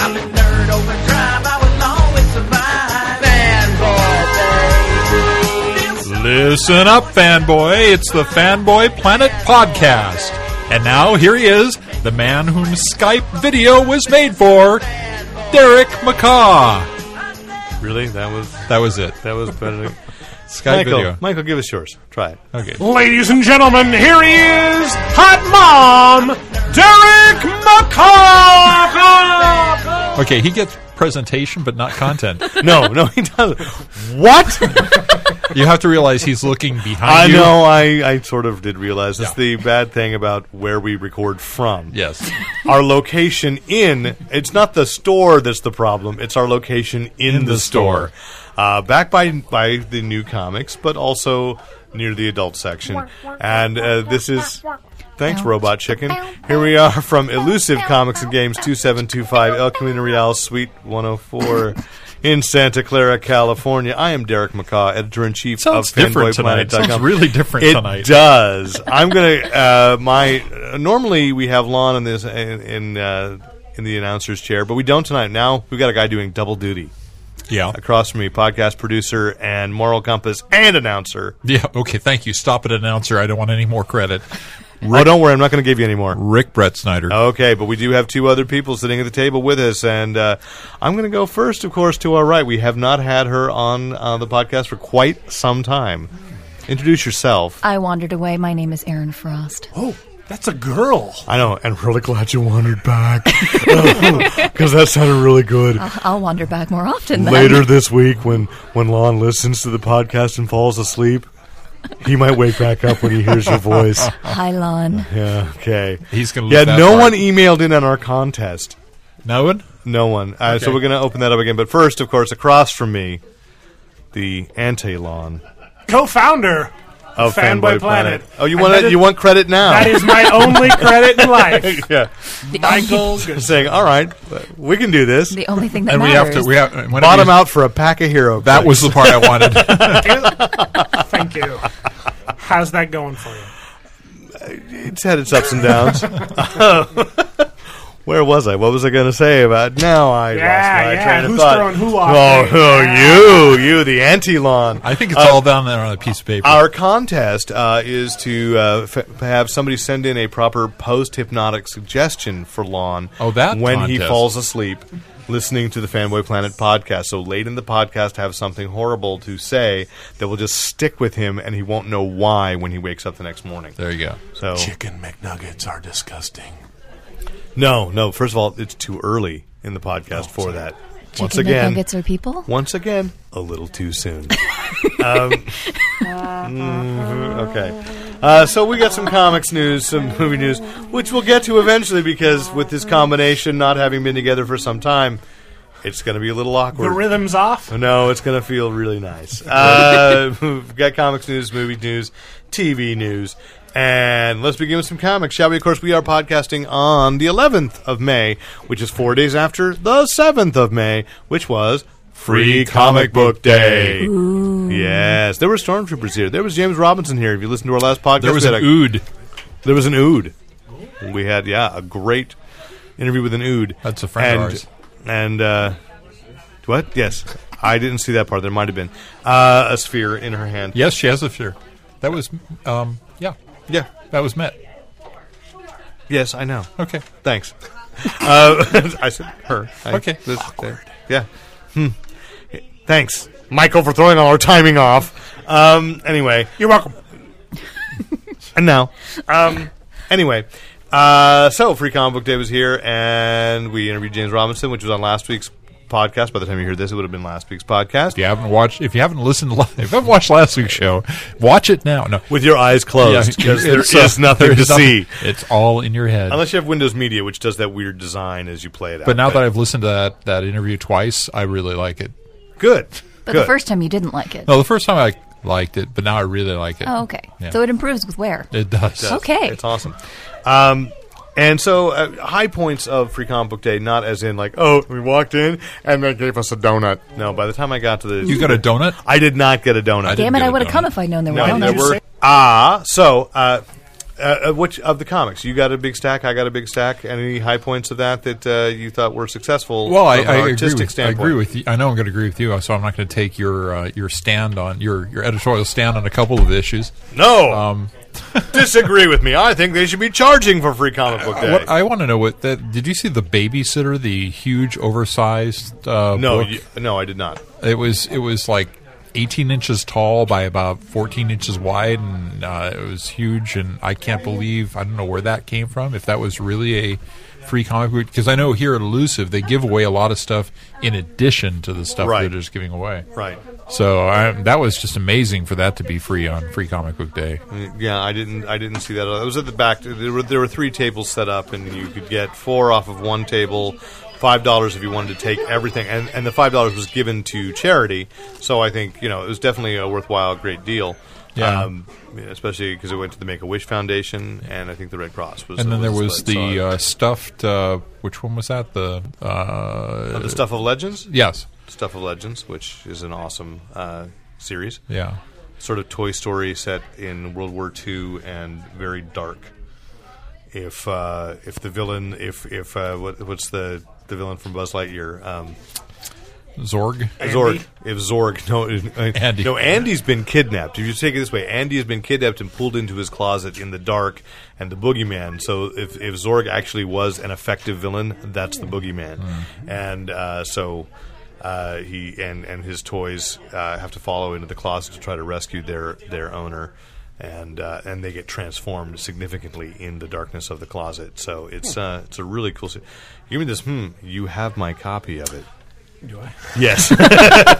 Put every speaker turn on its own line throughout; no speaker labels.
I'm a nerd overdrive. I will always survive. Fanboy, baby.
Listen up, fanboy. It's the Fanboy Planet Podcast. And now here he is, the man whom Skype video was made for, Derek McCaw.
Really? That was
That was it.
that was better.
Skype
Michael,
video.
Michael, give us yours. Try it.
Okay.
Ladies and gentlemen, here he is, Hot Mom, Derek McCall.
Okay, he gets presentation but not content.
No, no, he doesn't. What?
you have to realize he's looking
I
behind you.
know. I, I sort of did realize that's
Yeah.
the bad thing about where we record from.
Yes.
Our location in it's not the store that's the problem. It's our location in, the,
the store.
store. Uh, back by by the new comics, but also near the adult section. And uh, this is thanks, Robot Chicken. Here we are from Elusive Comics and Games, two seven two five El Camino Real, Suite one hundred four. In Santa Clara, California, I am Derek McCaw, editor in chief of
Sounds different tonight.
FanboyPlanet.com.
Sounds really different
It
tonight.
does. I'm gonna uh, my. Uh, normally we have Lon in this in in, uh, in the announcer's chair, but we don't tonight. Now we've got a guy doing double duty
Yeah.
across from me: podcast producer and moral compass and announcer.
Yeah. Okay. Thank you. Stop it, announcer. I don't want any more credit.
Oh, don't worry, I'm not going to give you any more.
Rick Brett Snyder.
Okay, but we do have two other people sitting at the table with us, and uh, I'm going to go first, of course, to our right. We have not had her on uh, the podcast for quite some time. Introduce yourself.
I wandered away. My name is Erin Frost.
Oh, that's a girl.
I know, and really glad you wandered back
Oh,
because that sounded really good.
I'll wander back more often then.
Later this week, when when Lon listens to the podcast and falls asleep, he might wake back up when he hears your voice.
Hi, Lon.
Yeah, okay.
He's gonna lose
Yeah,
that
no
part.
one emailed in on our contest.
No one?
No one. Uh, So
Okay.
we're going to open that up again. But first, of course, across from me, the Antelon
Co-founder
of Fanboy, Planet. Oh, you
I
want
bet
to
it-
you want credit now?
That is my only credit in life.
yeah.
The only,
Michael,
Saying, all right, we can do this.
the only thing that
And we have
matters.
to. We have, whenever
Bottom
you-
out for a pack of hero.
That was
clicks.
the part I wanted.
thank you. How's that going for you?
it's had its ups and downs. Where was I? What was I going to say about now? I
Yeah,
lost my
yeah,
train of
who's
thought.
throwing who off
Oh,
there?
who- you, you, the anti-lawn.
I think it's all down there on a piece of paper.
Our contest uh, is to uh, f- have somebody send in a proper post-hypnotic suggestion for Lon.
Oh, that
when he
contest.
falls asleep listening to the Fanboy Planet podcast. So late in the podcast, have something horrible to say that will just stick with him, and he won't know why when he wakes up the next morning.
there you go.
So
Chicken McNuggets are disgusting.
No, no. First of all, it's too early in the podcast for that.
Chicken
Once again,
McNuggets are people.
once again, a little too soon. um, mhm, okay. Uh, so we got some comics news, some movie news, which we'll get to eventually because with this combination not having been together for some time, it's going to be a little awkward.
The rhythm's off.
No, it's going to feel really nice. Uh, we've got comics news, movie news, TV news, and let's begin with some comics, shall we? Of course, we are podcasting on the 11th of May, which is four days after the 7th of May, which was Free Comic Book Day. Yes, there were stormtroopers here. There was James Robinson here. If you listen to our last podcast,
There was
we
an
had a-
ood.
there was an ood. We had yeah a great interview with an ood.
That's a friend of
and,
ours.
And uh, what? Yes, I didn't see that part. There might have been uh, a sphere in her hand.
Yes, she has a fear. That was, um, yeah,
Yeah.
that was met.
Yes, I know.
Okay.
Thanks. uh, I said her. I-
Okay.
this- yeah. Hmm. Thanks, Michael, for throwing all our timing off. Um, anyway,
You're welcome.
And now, um, anyway, uh, so Free Comic Book Day was here, and we interviewed James Robinson, which was on last week's podcast. By the time you hear this, it would have been last week's podcast.
If you haven't watched, if you haven't listened live, if you haven't watched last week's show, watch it now. No,
With your eyes closed, because Oh, there
it's,
is
uh,
nothing
there
to
is nothing.
see.
It's all in your head.
Unless you have Windows Media, which does that weird design as you play it out.
but now that I've listened to that, that interview twice, I really like it.
good,
But
good.
the first time you didn't like it.
No, the first time I liked it, but now I really like it.
Oh, okay.
Oh. Yeah.
So it improves with wear.
It does.
Okay.
It's awesome. Um, and so, uh, high points of Free Comic Book Day, not as in like, oh, we walked in and they gave us a donut. No, by the time I got to the,
You got a donut?
I did not get a donut.
I didn't
Damn it,
get
I
a
would have
donut.
come if I'd known there were
No, there
donuts.
were ah. So, uh, uh, which of the comics you got a big stack? I got a big stack. Any high points of that that uh, you thought were successful?
Well, I,
from an
I agree
artistic
with I
standpoint?
agree with you. I know I'm going to agree with you, so I'm not going to take your uh, your stand on your your editorial stand on a couple of issues.
No,
Um,
disagree with me. I think they should be charging for Free Comic Book Day.
What I want to know what that did you see the babysitter the huge oversized uh,
no,
book?
you, no, I did not.
it was it was like 18 inches tall by about 14 inches wide and uh, it was huge and I can't believe I don't know where that came from if that was really a free comic book because I know here at Elusive they give away a lot of stuff in addition to the stuff
Right.
they're just giving away
Right.
so I, that was just amazing for that to be free on Free Comic Book Day.
Yeah, I didn't. I didn't see that. I was at the back. There were there were three tables set up, and you could get four off of one table, five dollars if you wanted to take everything, and and the five dollars was given to charity. So I think you know it was definitely a worthwhile, great deal.
Yeah.
Um, especially because it went to the Make a Wish Foundation, and I think the Red Cross was.
And then there was
split, so
the
I-
uh, stuffed. Uh, which one was that? The uh,
the Stuff of Legends.
yes,
Stuff of Legends, which is an awesome uh, series,
yeah.
sort of Toy Story set in World War II and very dark. If uh, if the villain, if if uh, what, what's the the villain from Buzz Lightyear? Um,
Zorg.
Zorg. If Zorg, no, uh,
Andy.
no, Andy's been kidnapped. If you take it this way, Andy has been kidnapped and pulled into his closet in the dark, and the boogeyman. So if if Zorg actually was an effective villain, that's the boogeyman, and uh, so. Uh, he and, and his toys uh, have to follow into the closet to try to rescue their, their owner, and uh, and they get transformed significantly in the darkness of the closet. So it's uh, it's a really cool. Se- Give me this. Hmm. You have my copy of it. Do I? Yes.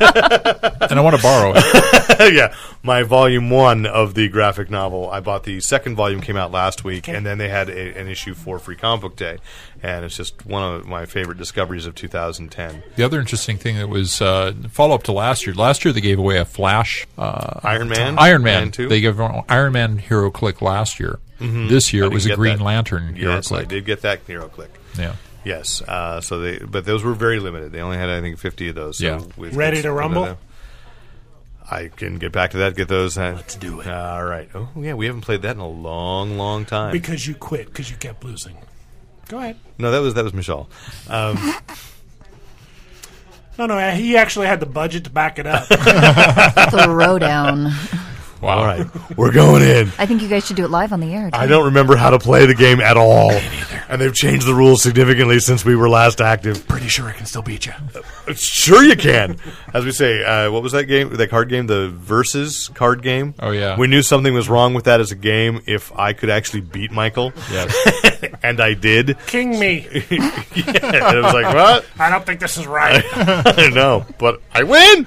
And I want to borrow it.
yeah, my volume one of the graphic novel. I bought the second volume came out last week, and then they had a, an issue for Free Comic Book Day, and it's just one of my favorite discoveries of 2010.
The other interesting thing that was uh, follow up to last year. Last year they gave away a Flash, uh,
Iron Man,
Iron Man.
two. Mm-hmm.
They gave away Iron Man Hero Click last year. This year it was a
get
Green
that.
Lantern Hero
yes, I
Click.
did get that Hero Click.
Yeah,
Yes, uh, so they but those were very limited. They only had I think 50 of those. So
Yeah.
we've-
Ready to rumble?
I can get back to that. Get those. Let's do it. All right. Oh yeah, we haven't played that in a long, long time.
Because you quit, because you kept losing. Go ahead.
no, that was that was Michelle.
No, no, he actually had the budget to back it up.
Throwdown.
wow.
All right, we're going in.
I think you guys should do it live on the air.
I don't remember how to play the game at all. And they've changed the rules significantly since we were last active.
Pretty sure I can still beat you.
Sure, you can. As we say, uh, what was that game? That card game, the versus card game.
Oh, yeah.
We knew something was wrong with that as a game if I could actually beat Michael,
Yes.
and I did.
King me.
and I was like, what?
I don't think this is right.
I know, but I win.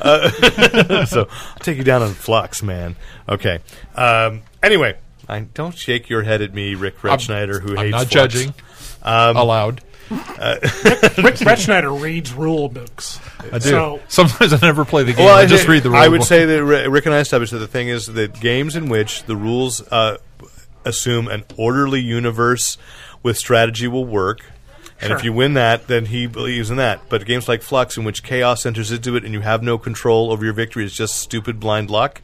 Uh, so I'll take you down on flux, man. Okay. Um, anyway, I don't shake your head at me, Rick Retschneider, who
I'm
hates Um,
not
flux.
judging. Allowed.
Rick Bretschneider reads rule books.
I do.
So
Sometimes I never play the game.
Well,
I
I
just
think-
read the rule
I would
book.
say that Ri- Rick and I established that the thing is that games in which the rules uh, assume an orderly universe with strategy will work. And if
Sure.
you win that, then he believes in that. But games like Flux, in which chaos enters into it and you have no control over your victory, it's just stupid blind luck.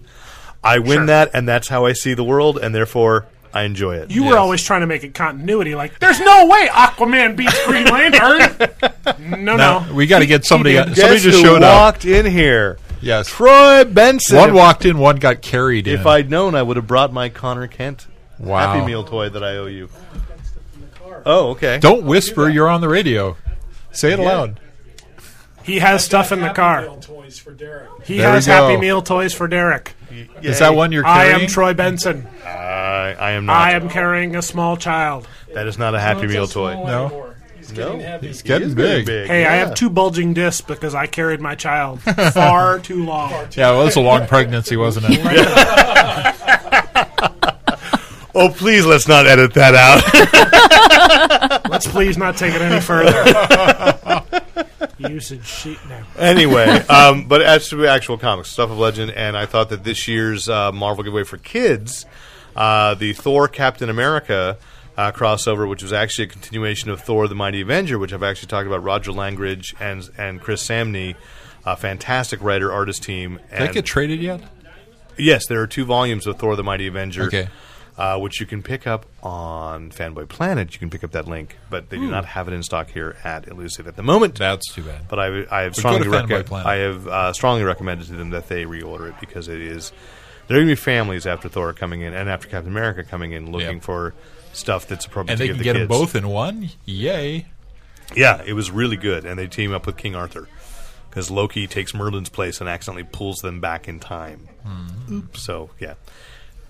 I win
Sure.
that, and that's how I see the world, and therefore I enjoy it.
you were always trying to make it continuity. Like, there's no way Aquaman beats Green Lantern. no, no.
Now, we got to get somebody.
He did.
Somebody
Guess
just
who
showed up.
walked in here?
Yes.
Troy Benson.
One walked in, one got carried in.
If I'd known, I would have brought my Connor Kent
Wow.
Happy Meal toy that I owe you. Oh, okay.
Don't whisper. You're on the radio. Say it aloud.
He has stuff in the car.
toys for Derek.
He
There we
has Happy
go.
Meal toys for Derek.
Is that one you're
I
carrying?
am Troy Benson.
I, I am not.
I am carrying a small child.
That is not a Happy Meal toy.
No?
Anymore. He's He's getting
No.
heavy.
It's getting
He is
big.
Hey,
yeah.
I have two bulging discs because I carried my child far too long.
Yeah, well, it's a long pregnancy, wasn't it?
Oh, please let's not edit that out.
Let's please not take it any further. Usage sheet now.
anyway, um, but as to the actual comics, stuff of legend, and I thought that this year's uh, Marvel giveaway for kids, uh, the Thor Captain America. Uh, crossover, which was actually a continuation of Thor: The Mighty Avenger, which I've actually talked about. Roger Langridge and and Chris Samney, a fantastic writer artist team. And
Did that get traded yet?
Yes, there are two volumes of Thor: The Mighty Avenger,
Okay.
uh, which you can pick up on Fanboy Planet. You can pick up that link, but they
Hmm.
do not have it in stock here at Elusive at the moment.
That's too bad.
but I, I have
go to
strongly
Fanboy
rec-
Planet.
I have uh, strongly recommended to them that they reorder it because it is there are going to be families after Thor coming in and after Captain America coming in looking
Yep.
for stuff that's appropriate.
And
to
they
give
can
the
get them
kids.
both in one. Yay!
Yeah, it was really good, and they team up with King Arthur because Loki takes Merlin's place and accidentally pulls them back in time.
Hmm.
So yeah, it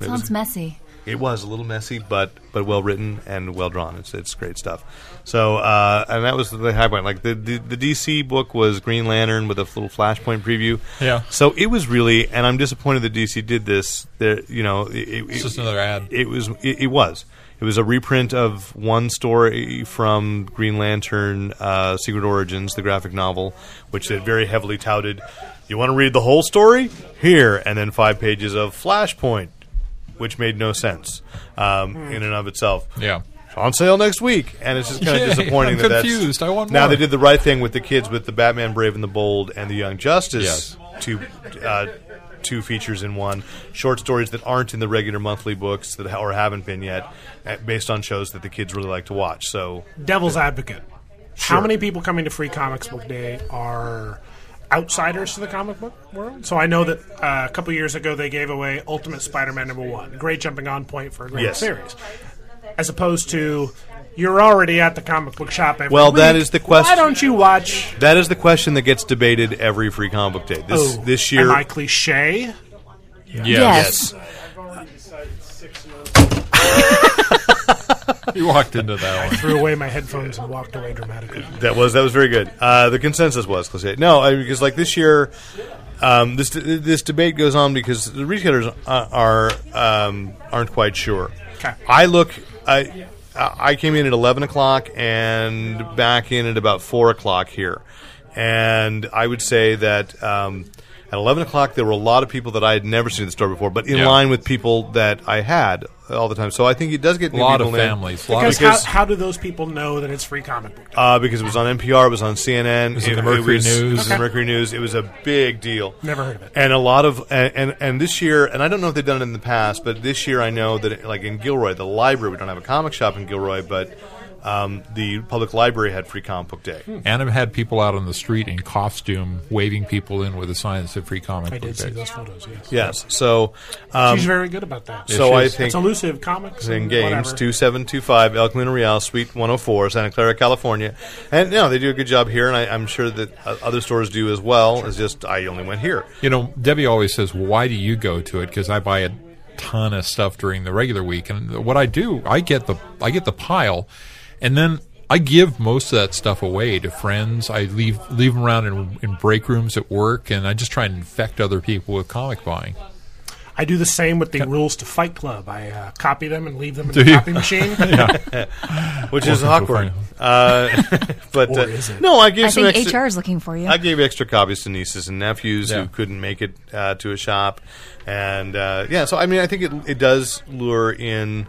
was
Sounds messy.
It was a little messy, but but well written and well drawn. It's it's great stuff. So uh, and that was the high point. Like the, the the DC book was Green Lantern with a little Flashpoint preview.
Yeah.
So it was really, and I'm disappointed that DC did this. That you know, it, it,
It's just another ad.
It was it, it was it was a reprint of one story from Green Lantern uh, Secret Origins, the graphic novel, which they very heavily touted. You want to read the whole story here, and then five pages of Flashpoint which made no sense um, in and of itself.
Hmm. Yeah.
It's On sale next week, and it's just kind of
Yay,
disappointing.
I'm
that that's-
confused. I want
now
more.
they did the right thing with the kids, with the Batman, Brave and the Bold, and the Young Justice. Two, uh, two features in one. Short stories that aren't in the regular monthly books that ha- or haven't been yet, uh, based on shows that the kids really like to watch. So
Devil's advocate.
Sure.
How many people coming to Free Comics Book Day are outsiders to the comic book world? So I know that uh, a couple years ago they gave away Ultimate Spider-Man number one, great jumping on point for a great
Yes.
series, as opposed to you're already at the comic book shop. Every
Well, that
week.
is the question.
Why don't you watch?
that is the question that gets debated every free comic book day. This
oh,
this year,
am I cliche?
Yes.
You walked into that one.
Threw away my headphones and walked away dramatically.
That was that was very good. Uh, the consensus was cliche. No, I, because like this year, um, this this debate goes on because the retailers uh, are um, aren't quite sure.
'Kay.
I look. I I came in at eleven o'clock and back in at about four o'clock here, and I would say that. Um, at 11 o'clock, there were a lot of people that I had never seen in the store before, but in
Yeah.
line with people that I had all the time. So I think it does get
A
new
lot of
people in.
families. A lot of
Because,
Because-
how, how do those people know that it's free comic book? Day?
Uh, because it was on NPR, it was on CNN, it was
in the Mercury
was-
News.
it was in the
Okay.
Mercury News. It was a big deal.
Never heard of it.
And a lot of and, and and this year, and I don't know if they've done it in the past, but this year I know that like in Gilroy, the library, we don't have a comic shop in Gilroy, but um, the public library had free comic book day.
Hmm.
And I've had people out on the street in costume waving people in with a sign that said free comic
I
book
did see
day.
those photos. Yes,
Yes, so um,
she's very good about that.
so I
Yes,
think
It's elusive comics
and
and
games
whatever.
two seven two five El Camino Real Suite one hundred four Santa Clara California, and no, they do a good job here, and I, I'm sure that uh, other stores do as well. It's just I only went here.
You know, Debbie always says, well, "Why do you go to it?" Because I buy a ton of stuff during the regular week, and what I do, I get the I get the pile, and then I give most of that stuff away to friends. I leave leave them around in, in break rooms at work, and I just try and infect other people with comic buying.
I do the same with the rules to Fight Club. I uh, copy them and leave them in
Do
the
you?
copy machine.
which is
Welcome to
awkward. Uh, but uh,
Or is it?
no, I gave
I
some
think
extra,
HR is looking for you.
I gave extra copies to nieces and nephews
Yeah.
who couldn't make it uh, to a shop, and uh, yeah. So I mean, I think it it does lure in.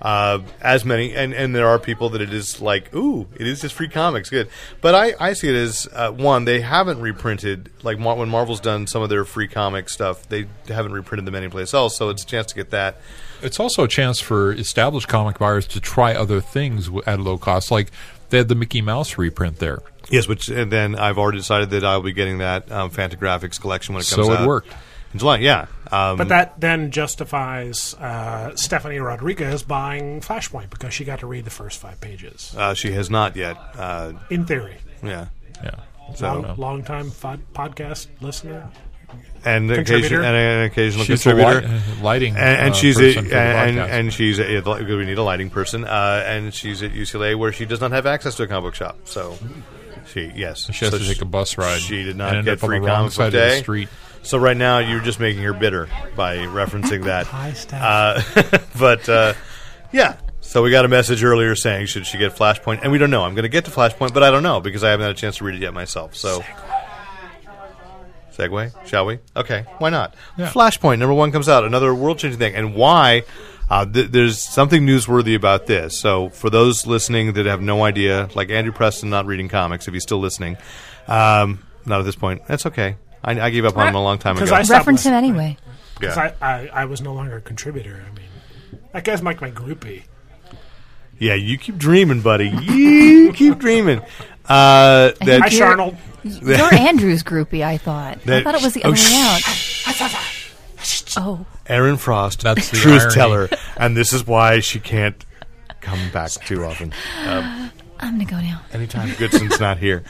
Uh, as many, and, and there are people that it is like, ooh, it is just free comics, good. But I, I see it as uh, one, they haven't reprinted like Mar- when Marvel's done some of their free comic stuff, they haven't reprinted them anyplace else, so it's a chance to get that.
It's also a chance for established comic buyers to try other things w- at low cost, like they had the Mickey Mouse reprint there.
Yes, which and then I've already decided that I'll be getting that um, Fantagraphics collection when it comes
So it
out.
worked.
in July. Yeah, um,
but that then justifies uh, Stephanie Rodriguez buying Flashpoint because she got to read the first five pages.
uh, she has not yet. Uh,
In theory.
yeah,
Yeah, so I don't
Long,
know.
long time fod- podcast listener.
and
Contributor.
occasion, and an occasional
She's a
contributor.
li- lighting,
and, and
uh,
she's a,
person for the
and,
podcast.
and she's a, we need a lighting person, uh, and she's at UCLA where she does not have access to a comic book shop. So she yes,
She has
So
to take a bus ride.
She did
and
not
end
get
up on
free
the wrong
comic
side
book
of the
day.
street.
So right now you're just making her bitter by referencing that. Uh, but uh, yeah, so we got a message earlier saying should she get Flashpoint, and we don't know. I'm going to get to Flashpoint, but I don't know because I haven't had a chance to read it yet myself. So. Segue, shall we? Okay, why not? Flashpoint number one comes out, another world-changing thing, and why? Uh, th- there's something newsworthy about this. So, for those listening that have no idea, like Andrew Preston not reading comics, if he's still listening, um, not at this point, that's okay. I, I gave up on him a long time
Because
ago.
I stopped
Reference him
listening.
anyway.
Yeah.
'Cause I, I, I was no longer a contributor. I mean, that guy's like my groupie.
Yeah, you keep dreaming, buddy. You keep dreaming. Uh, that,
Hi,
You're-
Charnold.
You're Andrew's groupie, I thought. I
That-
thought it was the
oh,
other
shh.
way out. Oh,
Aaron Frost,
That's the
truth
irony.
teller, and this is why she can't come back too often.
I'm gonna go now.
Anytime Goodson's not here.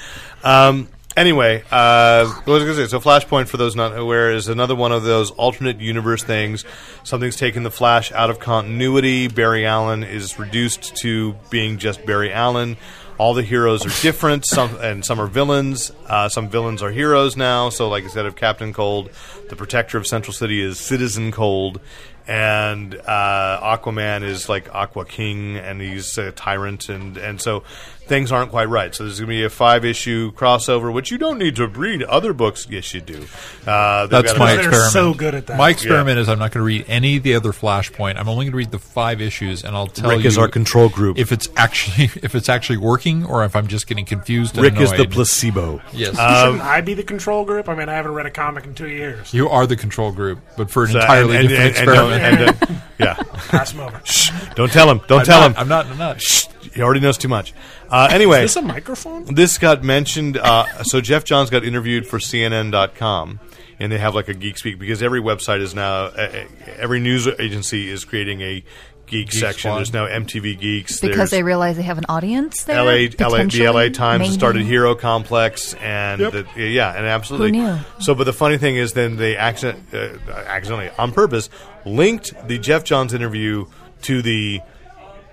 Um, anyway, uh, what was I going to say? So, Flashpoint, for those not aware, is another one of those alternate universe things. Something's taken the Flash out of continuity. Barry Allen is reduced to being just Barry Allen. All the heroes are different, some and some are villains. Uh, some villains are heroes now. So, like instead of Captain Cold, the Protector of Central City is Citizen Cold, and uh, Aquaman is like Aqua King, and he's a tyrant, and and so things aren't quite right. So there's going to be a five issue crossover, which you don't need to read other books. Yes, you do. Uh, they've
That's
got
my
a-
They're
experiment.
so good at that.
My experiment is I'm not going to read any of the other Flashpoint. I'm only going to read the five issues, and I'll tell
Rick
you
is our control group.
if it's actually if it's actually working or if I'm just getting confused. and
Rick is the uh,
annoyed.
placebo.
Yes,
Shouldn't I be the control group? I mean, I haven't read a comic in two years.
you are the control group, but for an
So-
entirely
and- and-
different
and-
experiment.
and, uh, and, uh, yeah.
Pass him over.
Shh, don't tell him. Don't
I'm
tell
not-
him.
I'm not. I'm not.
Shh, he already knows too much. Uh, anyway,
Is this a microphone?
this got mentioned. Uh, so Jeff Johns got interviewed for CNN.com, and they have like a geek speak because every website is now, uh, every news agency is creating a geek, section.
squad.
There's now MTV Geeks.
because they
there's
realize they have an audience there.
LA, LA, the LA
potentially?
Times
Maybe.
started Hero Complex, and
Yep.
the- yeah, and absolutely.
Who knew?
So, but the funny thing is, then they accident, uh, accidentally, on purpose, linked the Jeff Johns interview to the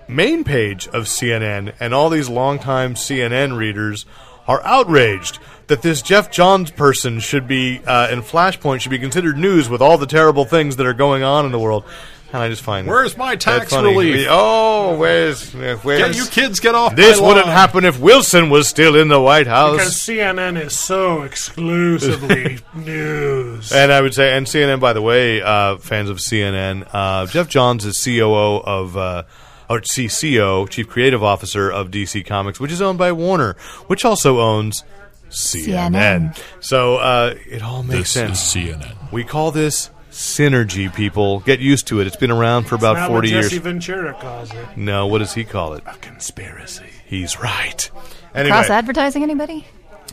main page of CNN, and all these longtime CNN readers are outraged that this Jeff Johns person should be uh, in Flashpoint should be considered news with all the terrible things that are going on in the world. And I just find
Where's my
that
tax
funny.
relief?
Oh, where's where's
Yeah, you kids get off.
this
my
wouldn't
lawn.
happen if Wilson was still in the White
Because
House.
CNN is so exclusively news.
And I would say, and CNN, by the way, uh, fans of CNN, uh, Jeff Johns is COO of, uh, or CCO, Chief Creative Officer of DC Comics, which is owned by Warner, which also owns CNN.
CNN.
So uh, it all makes
This is
sense.
CNN.
We call this synergy, people. Get used to it. It's been around for about
Not what
40 years.
Jesse Ventura calls it
no, what does he call it?
a conspiracy.
He's right. Anyway.
Cross advertising anybody?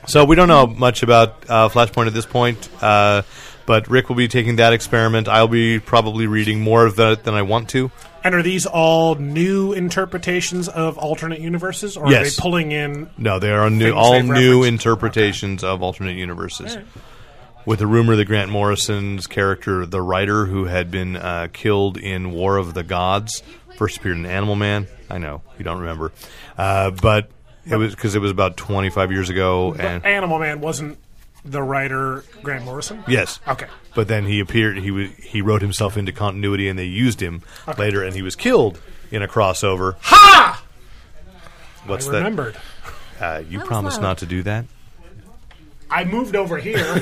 So we don't know much about uh, Flashpoint at this point, uh, but Rick will be taking that experiment. I'll be probably reading more of that than I want to.
And are these all new interpretations of alternate universes, or
Yes.
are they pulling in?
No, they are new,
Things
all
they've
new
referenced.
interpretations of alternate universes. With the rumor that Grant Morrison's character, the writer who had been uh, killed in War of the Gods, first appeared in Animal Man. I know you don't remember, uh, but it was because it was about twenty five years ago, and
Animal Man wasn't the writer Grant Morrison.
Yes.
Okay.
But then he appeared. He was he wrote himself into continuity, and they used him later, and he was killed in a crossover. Ha! What's
I
that?
Ah! remembered.
Uh, you
was
promised
loud.
not to do that.
I moved over here.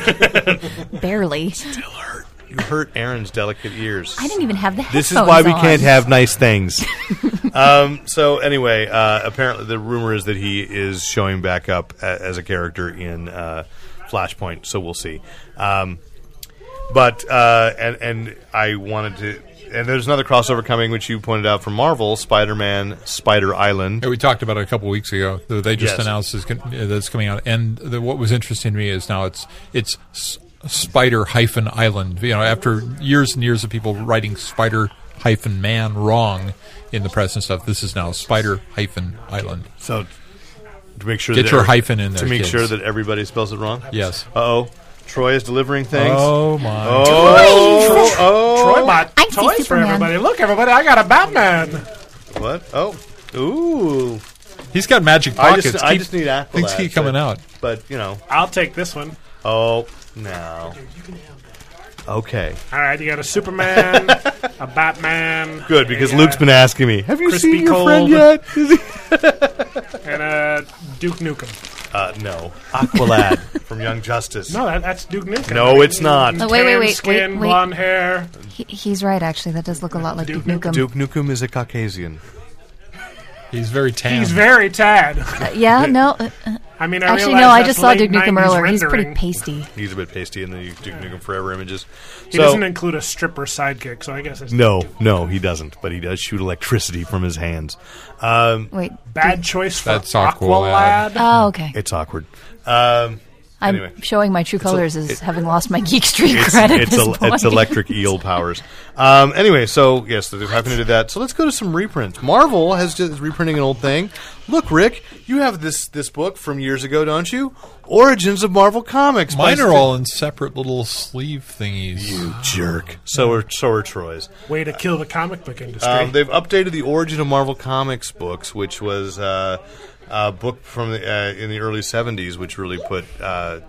Barely.
You hurt Aaron's delicate ears.
I didn't even have the headphones
This is why we
on.
can't have nice things. um, so anyway, uh, apparently the rumor is that he is showing back up a- as a character in uh, Flashpoint. So we'll see. Um, but uh, and and I wanted to. And there's another crossover coming, which you pointed out from Marvel, Spider-Man, Spider Island.
Yeah, we talked about it a couple weeks ago. though They just
Yes.
announced it's con- uh, that's coming out, and the, what was interesting to me is now it's it's s- Spider hyphen Island. You know, after years and years of people writing Spider hyphen Man wrong in the press and stuff, this is now Spider hyphen Island.
So to make sure
Get
that
your
every-
hyphen in there,
to make
kids.
sure that everybody spells it wrong.
Yes.
Uh oh. Troy is delivering things.
Oh my!
oh, oh,
Troy bought
I see
toys for
Superman.
everybody. Look, everybody, I got a Batman.
what? Oh, ooh.
He's got magic
I
pockets.
just, I
Keep-
just need Aqualad.
things keep coming
but-
out.
but you know.
I'll take this one.
Oh no. Okay,
All right, you got a Superman, a Batman,
good because
Yeah.
Luke's been asking me, "Have you
Crispy
seen your
cold.
friend yet?" Is he-
and a uh, Duke Nukem.
uh, no, Aqualad from Young Justice.
No, that, that's Duke Nukem.
No, it's not.
Oh, wait, wait,
Tan
wait,
skin,
wait, wait.
blonde hair.
He, he's right, actually. That does look a lot like
Duke
Duke Nukem.
Duke Nukem is a Caucasian.
He's very tan.
He's very tad.
Uh, yeah, no. uh, uh,
I mean, I
actually,
realize
no. I
that's
just saw
late
Duke Nukem
90s
earlier. He's pretty
rendering.
pasty.
He's a bit pasty in the Duke Nukem Forever images.
He
So-
doesn't include a stripper sidekick, so I guess it's
No, no, he doesn't. But he does shoot electricity from his hands. Um,
Wait.
bad choice for
That's Aqualad.
Aqualad.
Oh, okay.
it's awkward. Um,
I'm
anyway.
showing my true colors as having lost my geek streak
it's
credit. at
it's,
this
el-
point.
it's electric eel powers. Um, anyway, so yes, they're happening to do that. So let's go to some reprints. Marvel has just is reprinting an old thing. Look, Rick, you have this this book from years ago, don't you? Origins of Marvel Comics. by
Mine are
Sti-
all in separate little sleeve thingies.
You jerk. So are so are Troy's.
Way to kill the comic book industry.
Um, they've updated the origin of Marvel Comics books, which was uh, a book from the, uh, in the early '70s, which really put uh,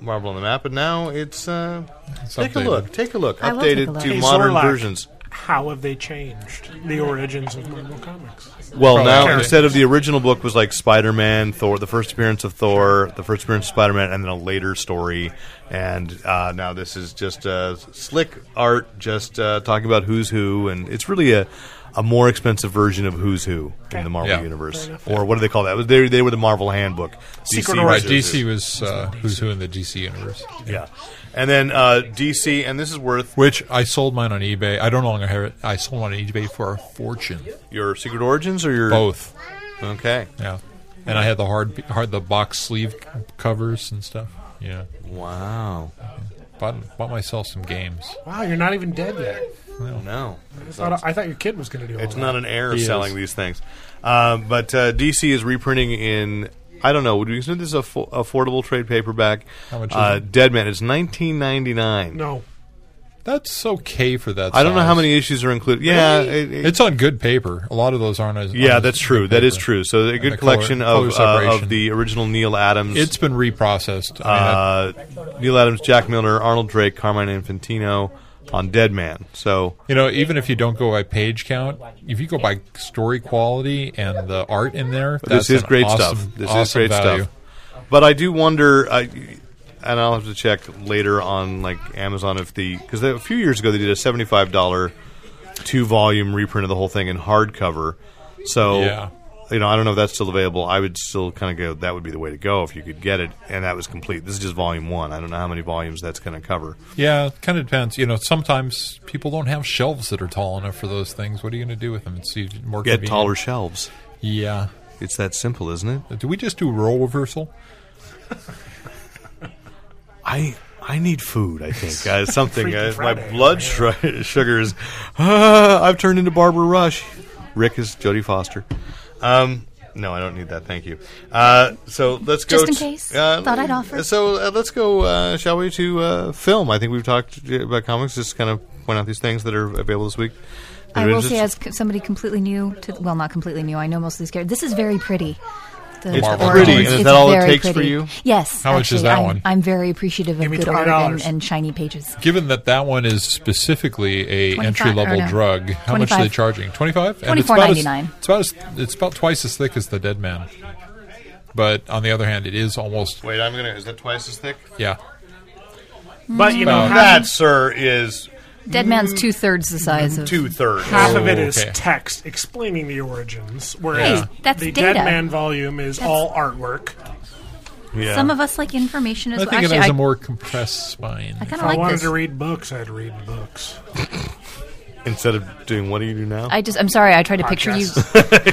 Marvel on the map. And now it's, uh, take a
updated.
look, take a look,
I will
updated
take a look.
to
Hey,
modern
Zorlak,
versions.
How have they changed the origins of Marvel Comics?
Well,
Probably
now
carry.
instead of the original book was like Spider-Man, Thor, the first appearance of Thor, the first appearance of Spider-Man, and then a later story. And uh, now this is just uh, slick art, just uh, talking about who's who, and it's really a, a more expensive version of who's who in the Marvel
Yeah.
universe, or what do they call that? They, they were the Marvel Handbook.
Secret
DC
Right,
was
Origins.
Who's
DC
Who.
was uh, who's who in the DC universe.
yeah, and then uh, DC, and this is worth
Which I sold mine on eBay. I don't no longer have it. I sold mine on eBay for a fortune.
your Secret Origins or your
Both.
Okay,
Yeah. And I had the hard, hard the box sleeve covers and stuff. Yeah.
wow,
Bought, bought myself some games.
Wow, you're not even dead yet.
no,
I thought, I thought your kid was going to do all
It's
that.
not an error
He
selling
is.
these things. Um, but uh, DC is reprinting in. I don't know. Would we consider this a fo- affordable trade paperback?
How much is
Uh,
it?
Dead Man is nineteen ninety nine.
No.
That's okay for that.
I don't know
size.
how many issues are included. Yeah, it- it-
It's on good paper. A lot of those aren't as.
yeah,
aren't
that's
as
true.
good
That is
paper.
true. So a good
the color-
collection
color
of uh,
separation.
of the original Neil Adams.
It's been reprocessed. I mean, that-
uh, Neil Adams, Jack Miller, Arnold Drake, Carmine Infantino on Dead Man. So
You know, even if you don't go by page count, if you go by story quality and the art in there, that's
this is
an
great
awesome-
stuff. This is
awesome
great
value.
stuff. But I do wonder, I, and I'll have to check later on like Amazon if the because a few years ago they did a seventy-five dollar two-volume reprint of the whole thing in hardcover. So
Yeah.
you know, I don't know if that's still available. I would still kind of go that would be the way to go if you could get it, and that was complete. This is just volume one. I don't know how many volumes that's going to cover.
Yeah, it kind of depends. You know, sometimes people don't have shelves that are tall enough for those things. What are you going to do with them? It's even more
Get
convenient.
taller shelves.
Yeah.
It's that simple, isn't it?
Do we just do role reversal?
I I need food. I think uh, something.
Freaky
Uh, my
Friday.
blood sh- sugar is. Ah, I've turned into Barbara Rush. Rick is Jodie Foster. Um, no, I don't need that. Thank you. Uh, so let's go.
Just in
t-
case. Thought I'd offer.
So uh, let's go, uh, shall we, to uh, film? I think we've talked uh, about comics. Just kind of point out these things that are available this week.
I will say, as c- somebody completely new to, well, not completely new. I know most of these characters. This is very pretty. The,
It's
the
pretty, and
orange.
is
It's
that all it
very
takes for
pretty.
you?
Yes.
How much is
actually,
that
I'm,
one?
I'm very appreciative of
me
good art and,
$20.
and shiny pages.
Given that that one is specifically a
25
entry level
or no.
drug, how much are they
25.
charging? Twenty five.
$24.99.
It's about as, it's about twice as thick as the Dead Man. But on the other hand, it is almost
Wait, I'm gonna. Is that twice as thick?
yeah.
But, you know,
Well,
half,
That, sir, is
Dead Man's two thirds the size of.
two thirds.
half of it
Oh,
is
okay.
text explaining the origins, whereas
Hey, that's
the
data.
Dead Man volume is all artwork.
Yeah.
Some of us like information as
I
well.
think it
Actually,
has
I
a more compressed spine.
kind
If
of
I
like
wanted
this.
to read books, I'd read books.
Instead of doing what do you do now?
I just, I'm sorry, I tried to picture you.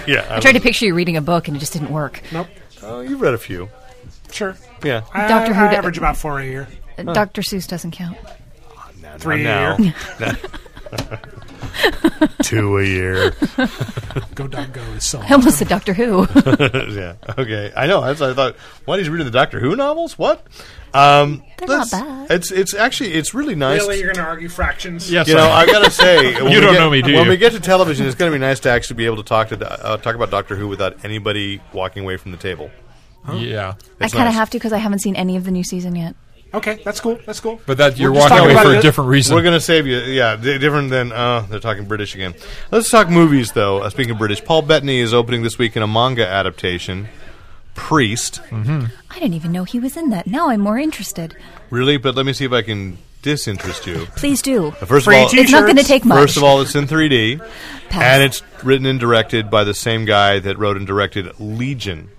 yeah.
I tried to picture you reading a book, and it just didn't work.
Nope.
oh, you've read a few.
Sure.
Yeah.
I,
Doctor Who
I
d-
average about four a year.
Uh, Dr. Seuss doesn't count.
Three
now.
a year.
Two a year.
Go dog go is so.
I almost said Doctor Who.
yeah. Okay. I know. That's what I thought. What he's reading the Doctor Who novels? What? Um,
They're
that's-
not bad.
It's it's actually it's really nice.
Really, you're going to argue fractions?
Yes,
You know, I gotta say, when
You
we
don't
get-
know me, do
When
you?
we get to television, it's gonna be nice to actually be able to talk to uh, talk about Doctor Who without anybody walking away from the table.
yeah.
I
It's
kind of
nice.
have to because I haven't seen any of the new season yet.
Okay, that's cool. That's cool.
But that you're
We're just
walking
talking
away
about
for
it.
a different reason.
We're gonna save you. Yeah, di- different than uh, they're talking British again. Let's talk movies, though. Uh, speaking of British, Paul Bettany is opening this week in a manga adaptation, Priest.
I didn't even know he was in that. Now I'm more interested.
Really, but let me see if I can disinterest you.
Please do.
First
Free
of all,
t-shirts.
It's not going to take much.
First of all, it's in 3D,
Pass.
and it's written and directed by the same guy that wrote and directed Legion,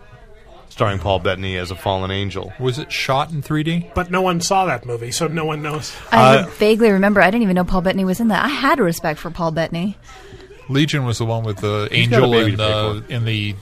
starring Paul Bettany as a fallen angel.
was it shot in 3D?
But no one saw that movie, so no one knows.
I vaguely remember. I didn't even know Paul Bettany was in that. I had respect for Paul Bettany.
Legion was the one with the
got a
angel
baby
in
to
the in the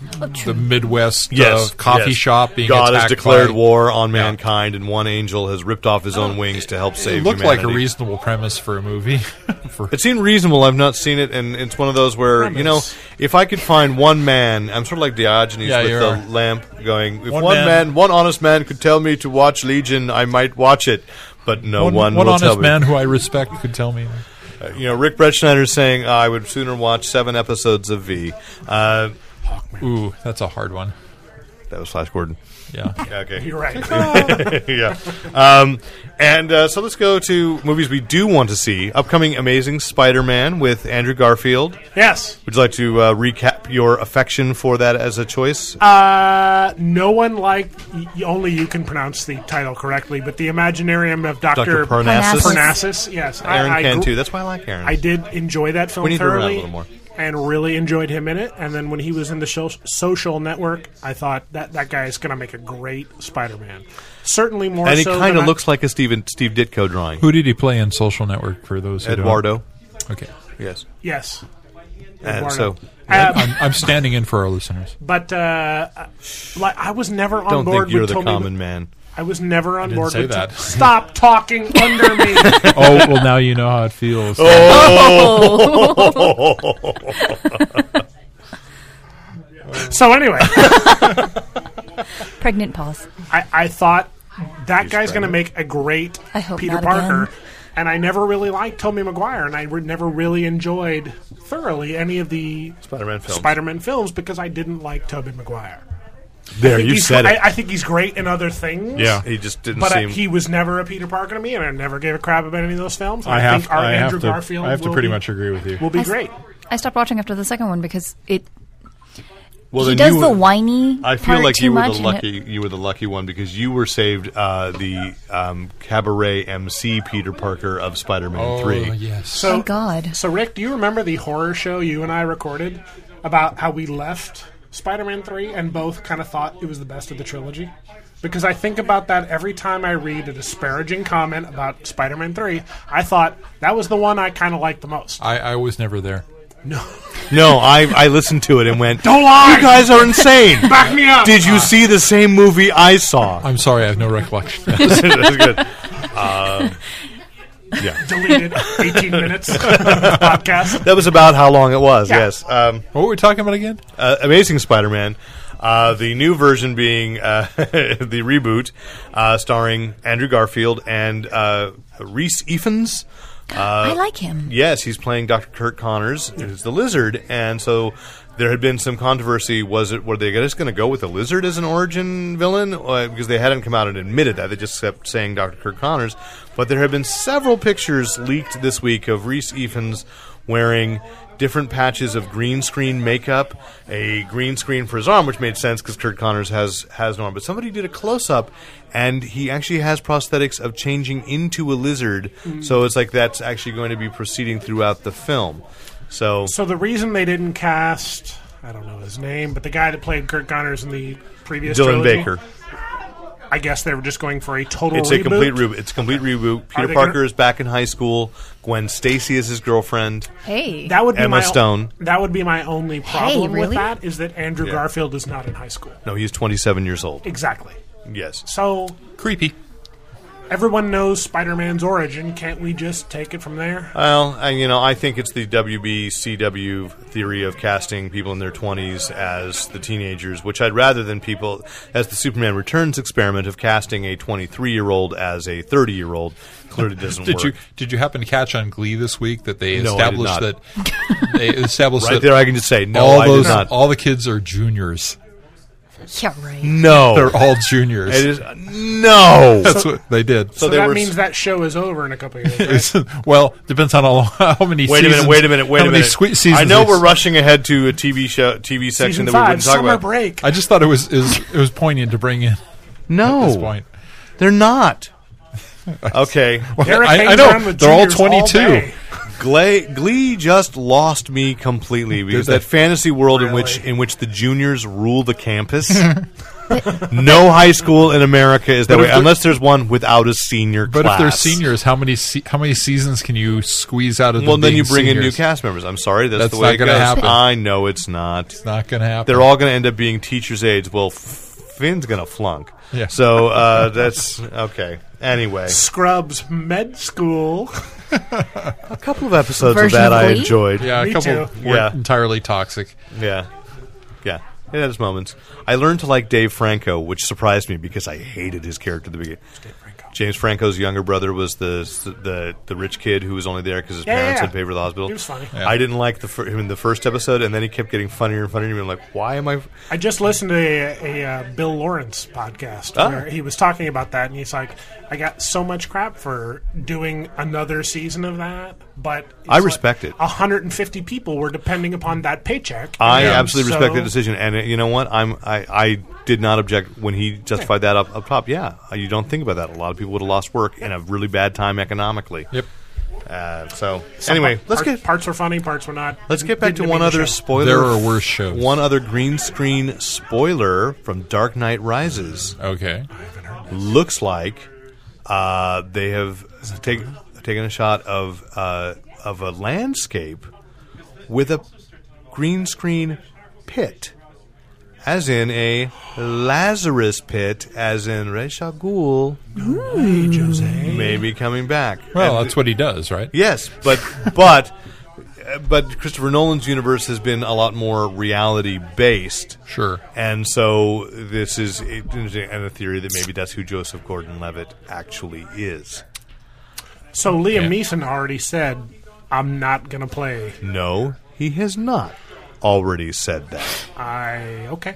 the Midwest
Yes,
uh, coffee
yes.
shop being
God has
attacked
declared
by-
war on mankind, and one angel has ripped off his
Oh.
own wings to help save.
It looked like
humanity.
a reasonable premise for a movie. for
It seemed reasonable. I've not seen it, and it's one of those where you know,
Premise.
if I could find one man, I'm sort of like Diogenes
Yeah,
with
you
the
are.
lamp going. If one,
One
man.
man-
one honest man, could tell me to watch Legion, I might watch it. But no one,
one,
will tell
honest
me.
man who I respect could tell me.
You know, Rick Bretschneider's saying I would sooner watch seven episodes of V. Uh,
Ooh, that's a hard one.
that was Flash Gordon.
Yeah.
Okay,
You're right.
yeah. Um, and uh, so let's go to movies we do want to see. Upcoming Amazing Spider-Man with Andrew Garfield.
yes.
Would you like to uh, recap your affection for that as a choice?
Uh, no one liked. y- y- Only you can pronounce the title correctly, but the Imaginarium of Doctor
Dr. Parnassus.
Parnassus. Yes,
Aaron
I, I
can
gr-
too. That's why I like Aaron.
I did enjoy that film
We need to run out a
thoroughly,
little more.
and really enjoyed him in it. And then when he was in the show, Social Network, I thought that that guy is going to make a great Spider-Man. Certainly more.
and he
so
kind
than
of
I-
looks like a Steven, Steve Ditko drawing.
Who did he play in Social Network for those who don't-
Eduardo.
Okay.
Yes.
yes.
And
Eduardo.
so
Uh,
I'm, I'm standing in for our listeners.
but uh, uh, like I was never on
don't
board
think you're
with
the
Toby-
common man.
I was never on
didn't
board
say
with
that.
Stop talking under me.
Oh, well, now you know how it feels.
Oh,
Oh. So anyway,
Pregnant pause.
I, I thought that guy's going to make a great
I hope
Peter
not
Parker.
again.
And I never really liked Tobey Maguire, and I re- never really enjoyed thoroughly any of the
Spider-Man films.
Spider-Man films because I didn't like Tobey Maguire.
There,
Think
you
he's-
said
I,
it.
I think he's great in other things.
Yeah.
he just didn't
But I,
seem.
he was never a Peter Parker to me, and I never gave a crap about any of those films. And
I have,
think our
I have
Andrew
to,
Garfield
I have to
will
pretty
be-
much agree with you.
will be
I s-
great.
I stopped watching after the second one because it
well,
he
then
does
you
the
were-
whiny.
I feel
part
like
too
you were
much
the
and it-
lucky. You were the lucky one because you were saved uh, the um, cabaret MC Peter Parker of Spider-Man
Oh,
Three.
yes.
So,
Thank God.
So, Rick, do you remember the horror show you and I recorded about how we left Spider Man 3 and both kind of thought it was the best of the trilogy? Because I think about that every time I read a disparaging comment about Spider Man 3. I thought that was the one I kind of liked the most.
I, I was never there.
No, I, I listened to it and went,
Don't lie!
You guys are insane!
Back me up! Ah.
Did you see the same movie I saw?
I'm sorry, I have no recollection.
That's good. Um, yeah.
Deleted 18 minutes of podcast.
That was about how long it was,
Yeah.
yes. Um,
what were we talking about again?
uh, Amazing Spider Man. Uh, the new version being uh, the reboot, uh, starring Andrew Garfield and uh, Reese Ephens. Uh,
I like him.
Yes, he's playing Dr. Kurt Connors, who's the lizard, and so there had been some controversy. Was it were they just going to go with the lizard as an origin villain uh, because they hadn't come out and admitted that they just kept saying Dr. Kurt Connors? But there have been several pictures leaked this week of Reese Ephens wearing different patches of green screen makeup, a green screen for his arm, which made sense because Kurt Connors has has no arm. But somebody did a close up, and he actually has prosthetics of changing into a lizard.
Hmm.
So it's like that's actually going to be proceeding throughout the film. So
So, the reason they didn't cast, I don't know his name, but the guy that played Kurt Connors in the previous
Dylan
trilogy,
Baker,
I guess they were just going for a total
it's
reboot.
a complete reboot. It's a complete reboot. Peter
they
Parker
gonna-
is back in high school. Gwen Stacy is his girlfriend.
Hey,
That would be
Emma
my
Stone.
That would be my only problem with
really?
that is that Andrew Garfield is not in high school.
No, he's 27 years old.
Exactly.
Yes.
So
Creepy.
everyone knows Spider-Man's origin. Can't we just take it from there?
Well, I, you know, I think it's the WBCW theory of casting people in their 20s as the teenagers, which I'd rather than people, as the Superman Returns experiment of casting a 23 year old as a 30 year old. Clearly doesn't
Did
work.
you did you happen to catch on Glee this week that they
No, I did
established that they established
right
that
there, I can just say, no,
all
I
those
did not.
all the kids are juniors.
Yeah, right.
no.
They're all juniors.
It is, no.
That's what they did.
So
So
they
that
were s-
means that show is over in a couple of years. right?
well, depends on how, how many.
Wait a
seasons,
minute! Wait a minute! Wait
how
a
many
minute!
sque- seasons
I know
they-
we're rushing ahead to a TV show, TV section
Season
that we
five,
wouldn't talk
summer
about.
break.
I just thought it was is it was poignant to bring in
No,
at this point.
they're not. okay,
Eric
I- I
hangs
know,
around with
they're all
juniors
22.
day.
Glee, Glee just lost me completely because
they?
that fantasy world in which in which the juniors rule the campus. no high school in America is that
But if
way
they're-
unless there's one without a senior
But
class.
if they're seniors, how many se- how many seasons can you squeeze out of?
well,
them
then
being
you bring in new
seniors?
cast members. I'm sorry, that's,
That's
the way
not
it
gonna
goes.
happen.
I know it's not.
It's not going to happen.
They're all going to end up being teachers' aides. Well, F- Finn's going to flunk.
Yeah.
So uh, that's okay. Anyway,
Scrubs Med School.
a couple of episodes of
Version
that
of
I
Glee?
enjoyed.
yeah, a
Me
couple
too.
were
Yeah.
entirely toxic.
Yeah. Yeah. It had its moments. I learned to like Dave Franco, which surprised me because I hated his character at the beginning. James Franco's younger brother was the the the rich kid who was only there because his
Yeah,
parents
yeah.
had paid for the hospital.
He was funny.
I didn't like the fir- him in the first episode, and then he kept getting funnier and funnier. And I'm like, why am I?
I just listened to a, a, uh Bill Lawrence podcast
Oh.
where he was talking about that, and he's like, "I got so much crap for doing another season of that, but it's
I respect it.
150 people were depending upon that paycheck.
I
And
absolutely
so-
respect the decision, and uh, you know what? I'm I, I did not object when he justified that up, up top. Yeah, uh, you don't think about that. A lot of people would have lost work in a really bad time economically.
Yep.
Uh, so
Some
anyway,
par-
let's
par-
get
parts were funny, parts were not.
Let's get back
Didn't
to
mean
one other
show.
spoiler.
There are worse shows.
One other green screen spoiler from Dark Knight Rises.
Okay.
Looks like uh, they have take, taken a shot of uh, of a landscape with a green screen pit, as in a Lazarus pit, as in Ra's al Ghul
Hmm.
maybe coming back.
Well,
And-
that's what he does, right?
Yes, but but uh, but Christopher Nolan's universe has been a lot more reality based.
Sure.
And so this is a- and a theory that maybe that's who Joseph Gordon-Levitt actually is.
So Liam
Yeah.
Neeson already said, "I'm not gonna play."
No, he has not already said that.
I okay,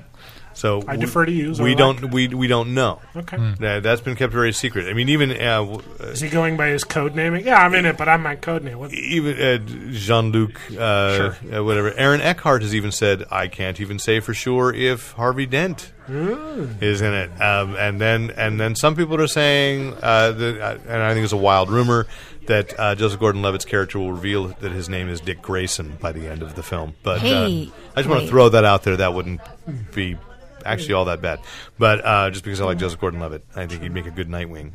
So
I
we-
defer to you,
We
Zorlak.
don't we we don't know.
okay.
That- that's been kept very secret. I mean, even uh, w- uh,
Is he going by his code naming? Yeah, I'm in it, but I'm my code name. What-
even uh, Jean Luc, uh, uh, whatever. Aaron Eckhart has even said, "I can't even say for sure if Harvey Dent
Hmm.
is in it." Um, and then, and then some people are saying, uh, that, uh, and I think it's a wild rumor that uh, Joseph Gordon-Levitt's character will reveal that his name is Dick Grayson by the end of the film. But uh,
Hey,
I just want to
wait.
throw that out there. That wouldn't be actually all that bad. But uh, just because I like Joseph Gordon-Levitt, I think he'd make a good Nightwing.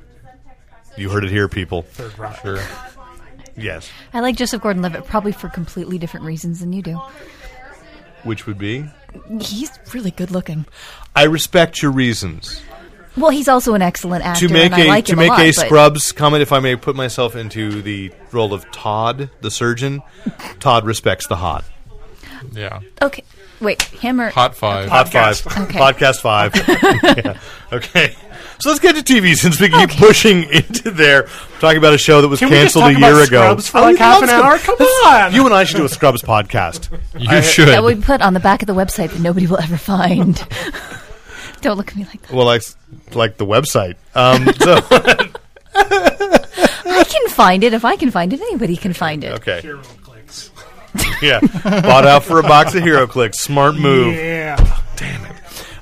You heard it here, people.
Third rock.
Sure.
Yes.
I like Joseph Gordon-Levitt probably for completely different reasons than you do.
Which would be?
He's really good looking.
I respect your reasons
Well, he's also an excellent actor.
to make
and I
a
like
to
him
make
a, lot,
a
but-
Scrubs comment. If I may put myself into the role of Todd, the surgeon. Todd respects the hot.
Yeah.
Okay, wait, Hammer.
Hot five.
Hot five,
Podcast.
Okay.
podcast five. Yeah. Okay, so let's get to TV since we keep pushing into there. We're talking about a show that was
Can we just
canceled a
talk about
year ago.
Scrubs for
I
like half
love
an
Scrubs.
hour? Come
This-
on.
you and I should do a Scrubs podcast.
you should.
that we put on the back of the website that nobody will ever find. Don't look at me like that.
Well, like like the website. Um, so
I can find it. If I can find it, anybody can find it.
okay,
Hero clicks.
yeah, bought out for a box of Hero Clicks. Smart move.
Yeah.